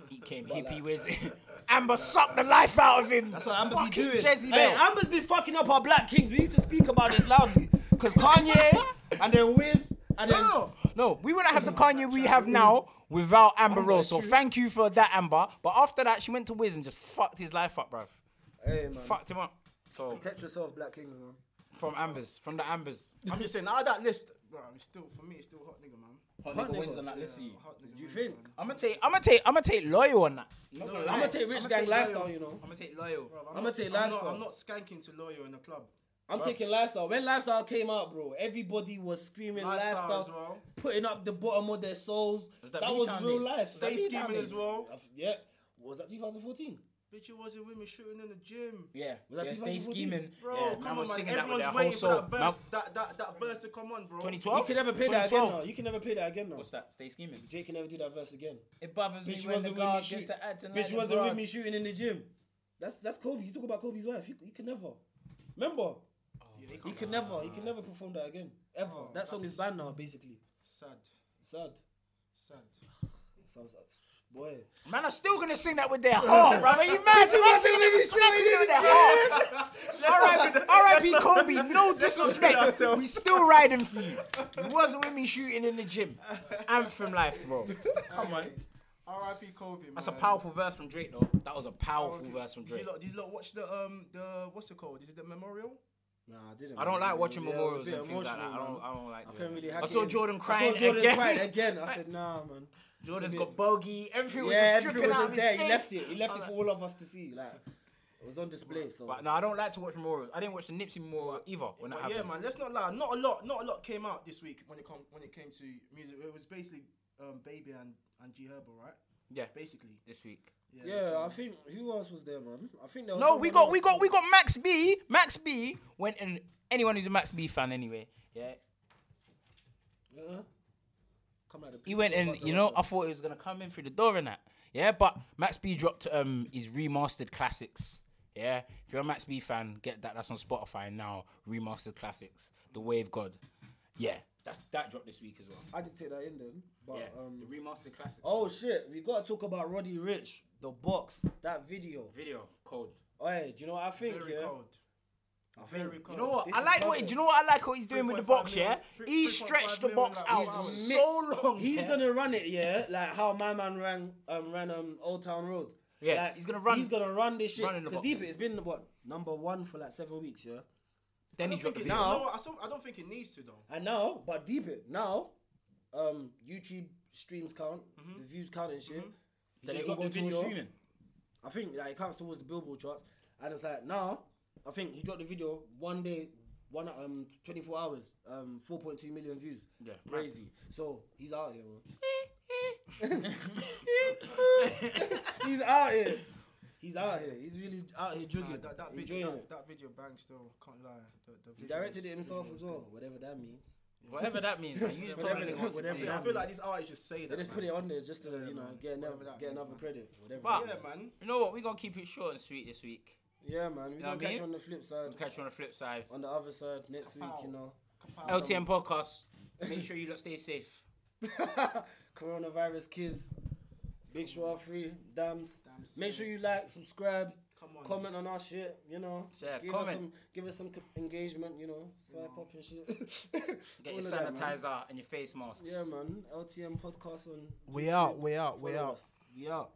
He came hippie Wiz. [laughs] Amber sucked the life out of him.
That's what Amber
Fucking
be doing.
Jezebel.
Hey, Amber's been fucking up our black kings. We need to speak about this loudly. Because Kanye [laughs] and then Wiz and then.
No, no, we wouldn't have the Kanye we have now without Amber
Amber,
Rose. So
true.
thank you for that, Amber. But after that, she went to Wiz and just fucked his life up, bruv.
Hey, man.
Fucked him up. So
Protect yourself, black kings, man.
from Ambers, from the Ambers.
I'm just saying, out of that list, bro, it's still for me. It's still hot nigga, man.
Hot
Hot
nigga
nigga.
wins on that. Listen,
Yeah, hot nigga.
Do you
Mm.
wins,
think?
man.
I'm gonna take. I'm gonna take. I'm gonna take loyal on that.
No,
gonna
no,
I'm
lie.
gonna take rich
I'ma
gang
take loyal.
lifestyle, you know.
I'm gonna take loyal.
Bro,
I'ma
not-
take
not-
lifestyle.
I'm not skanking to lawyer in the club.
I'm taking lifestyle. When lifestyle came out, bro, everybody was screaming
Lifestyle
lifestyle,
as well.
putting up the bottom of their souls.
Was that
That, was
B-Town
real
days?
life.
Was that
Stay
B-Town
scheming as
days?
well.
That's- Yeah. Was that 2014?
Bitch, it wasn't women schooting in the gym.
Yeah,
Was that
yeah, stay
2014?
scheming.
Bro,
yeah,
come
man
on,
was
man.
singing that with
Everyone's
their whole
waiting for
soul.
that
Man-
verse. That, that, that verse to come on, bro.
2012?
You can never play that again
2012.
now. You can never play that again now.
What's that? Stay scheming.
Jay can never do that verse again.
It bothers
Bitch
me when the
wasn't with me,
guards
shoot.
get to add tonight.
Bitch
and
wasn't with
bruh.
me shooting in the gym. That's that's Kobe. You talk about Kobe's wife. He, he can never. Remember,
Yeah,
he can never. He can never perform that again. Ever.
Oh,
that song is
that's-
banned now, basically.
Sad,
Sad.
sad.
Sounds boy.
Man, I'm still gonna sing that with their heart, brother. You mad? You're not singing it with you're not singing it with their heart. R.I.P. Kobe. No disrespect. We still riding for you. You wasn't with me shooting in the gym. Anthem life, bro. Come on.
R.I.P. Kobe, man.
That's a powerful verse from Drake, though. That was a powerful verse from
Did
Drake.
you, lot, did you lot watch the um the what's it called? Is it the memorial?
Nah, I didn't.
I don't
man.
like watching
Yeah, I was a
memorials
bit
and things like that.
emotional,
I
man.
don't. I don't like.
I
doing
couldn't
that.
really.
I
hack
saw
it in.
Jordan
I
crying
saw Jordan
again. [laughs]
crying again. I said, nah, man.
Jordan's
It's a
got
bit-
bogey. Everything was
yeah,
just
everything
dripping out
was
of his
there.
face.
He left it. He
I
left
was
it
like-
for all of us to see. Like it was on display. So
But no, I don't like to watch memorials. I didn't watch the Nipsey memorial either when that
But yeah,
happened.
man. Let's not lie. Not a lot. Not a lot came out this week when it come when it came to music. It was basically um Baby and and G Herbo, right?
Yeah,
Basically.
this week.
yeah,
so-
I think who else was there, man? I think there was
No, we
someone
got
else. [laughs]
we got we got Max B. Max B went and anyone who's a Max B fan anyway, yeah.
Uh-uh. Come out of the
He went and you know, I thought he was gonna come in through the door and that. Yeah, but Max B dropped um his remastered classics. Yeah. If you're a Max B fan, get that. That's on Spotify now. Remastered classics. The Wave God. Yeah. That's that dropped this week as well.
I did take that in then, but
Yeah.
um.
the remastered classics.
Oh shit, we gotta talk about Roddy Rich, the box, that video.
Video cold.
Hey, do you know what I think?
Very
yeah,
cold.
I think
Very cold.
You know what?
This
I
is
like what. Do
perfect.
you know what I like? What he's doing with the
3.5
box, yeah.
million, three-
He
3.5
stretched the
million,
box
like,
out
wow.
He's
so
mi-
long.
He's
yeah.
gonna run it, yeah, like how my man ran um ran um Old Town Road.
Yeah,
like,
he's gonna run-
He's gonna run this shit.
run in the
Because
box.
deep, it's been what number one for like seven weeks, yeah.
Then
I
he
don't think
dropped the video.
it,
now.
you know what, I, saw- I don't think it needs to though.
And now, but deep it now, um, YouTube streams count,
Mm-hmm.
the views count and shit. He
Then
just
it all
dropped
goes
the
towards
video.
streaming.
I think like it counts towards the Billboard charts, and it's like now, I think he dropped the video one day, one um twenty four hours, um four point two million views.
Yeah.
crazy. So he's out here. Man.
[laughs]
He's out here. He's out here. He's really out here
Nah,
jugging.
that, that,
enjoying
video, that,
it.
that video bang still. Can't lie. The, the
He
visuals-
directed it himself
visuals
as
bang.
well, whatever that means.
Whatever that means, man. You just told
Whatever
me
that-
what to
whatever
do.
that
I feel like these artists just say that.
They just put
man.
it on there just to you know
man.
get another
Whatever
get
that means,
another
man.
credit. Whatever.
But-
that
Yeah,
means.
man.
You know what? We're gonna keep it short and sweet this week.
Yeah, man. We
know
gonna
what I
catch
mean?
you on the flip side.
We'll catch you on the flip side.
On the other side next week, you know.
LTM podcast. Make sure you lot stay safe.
[laughs] Coronavirus kids. Big Show free. Dams.
Damn
Make
straight.
sure you like, subscribe,
Come on.
comment on our shit, you know.
Yeah,
give us
comment.
some give us some c- engagement, you know. Swipe up and shit.
[laughs] Get
All
your
of that, man.
sanitizer and your face masks.
Yeah, man. LTM podcast on.
We
YouTube.
out, we out, we
Follow
out.
us. We out.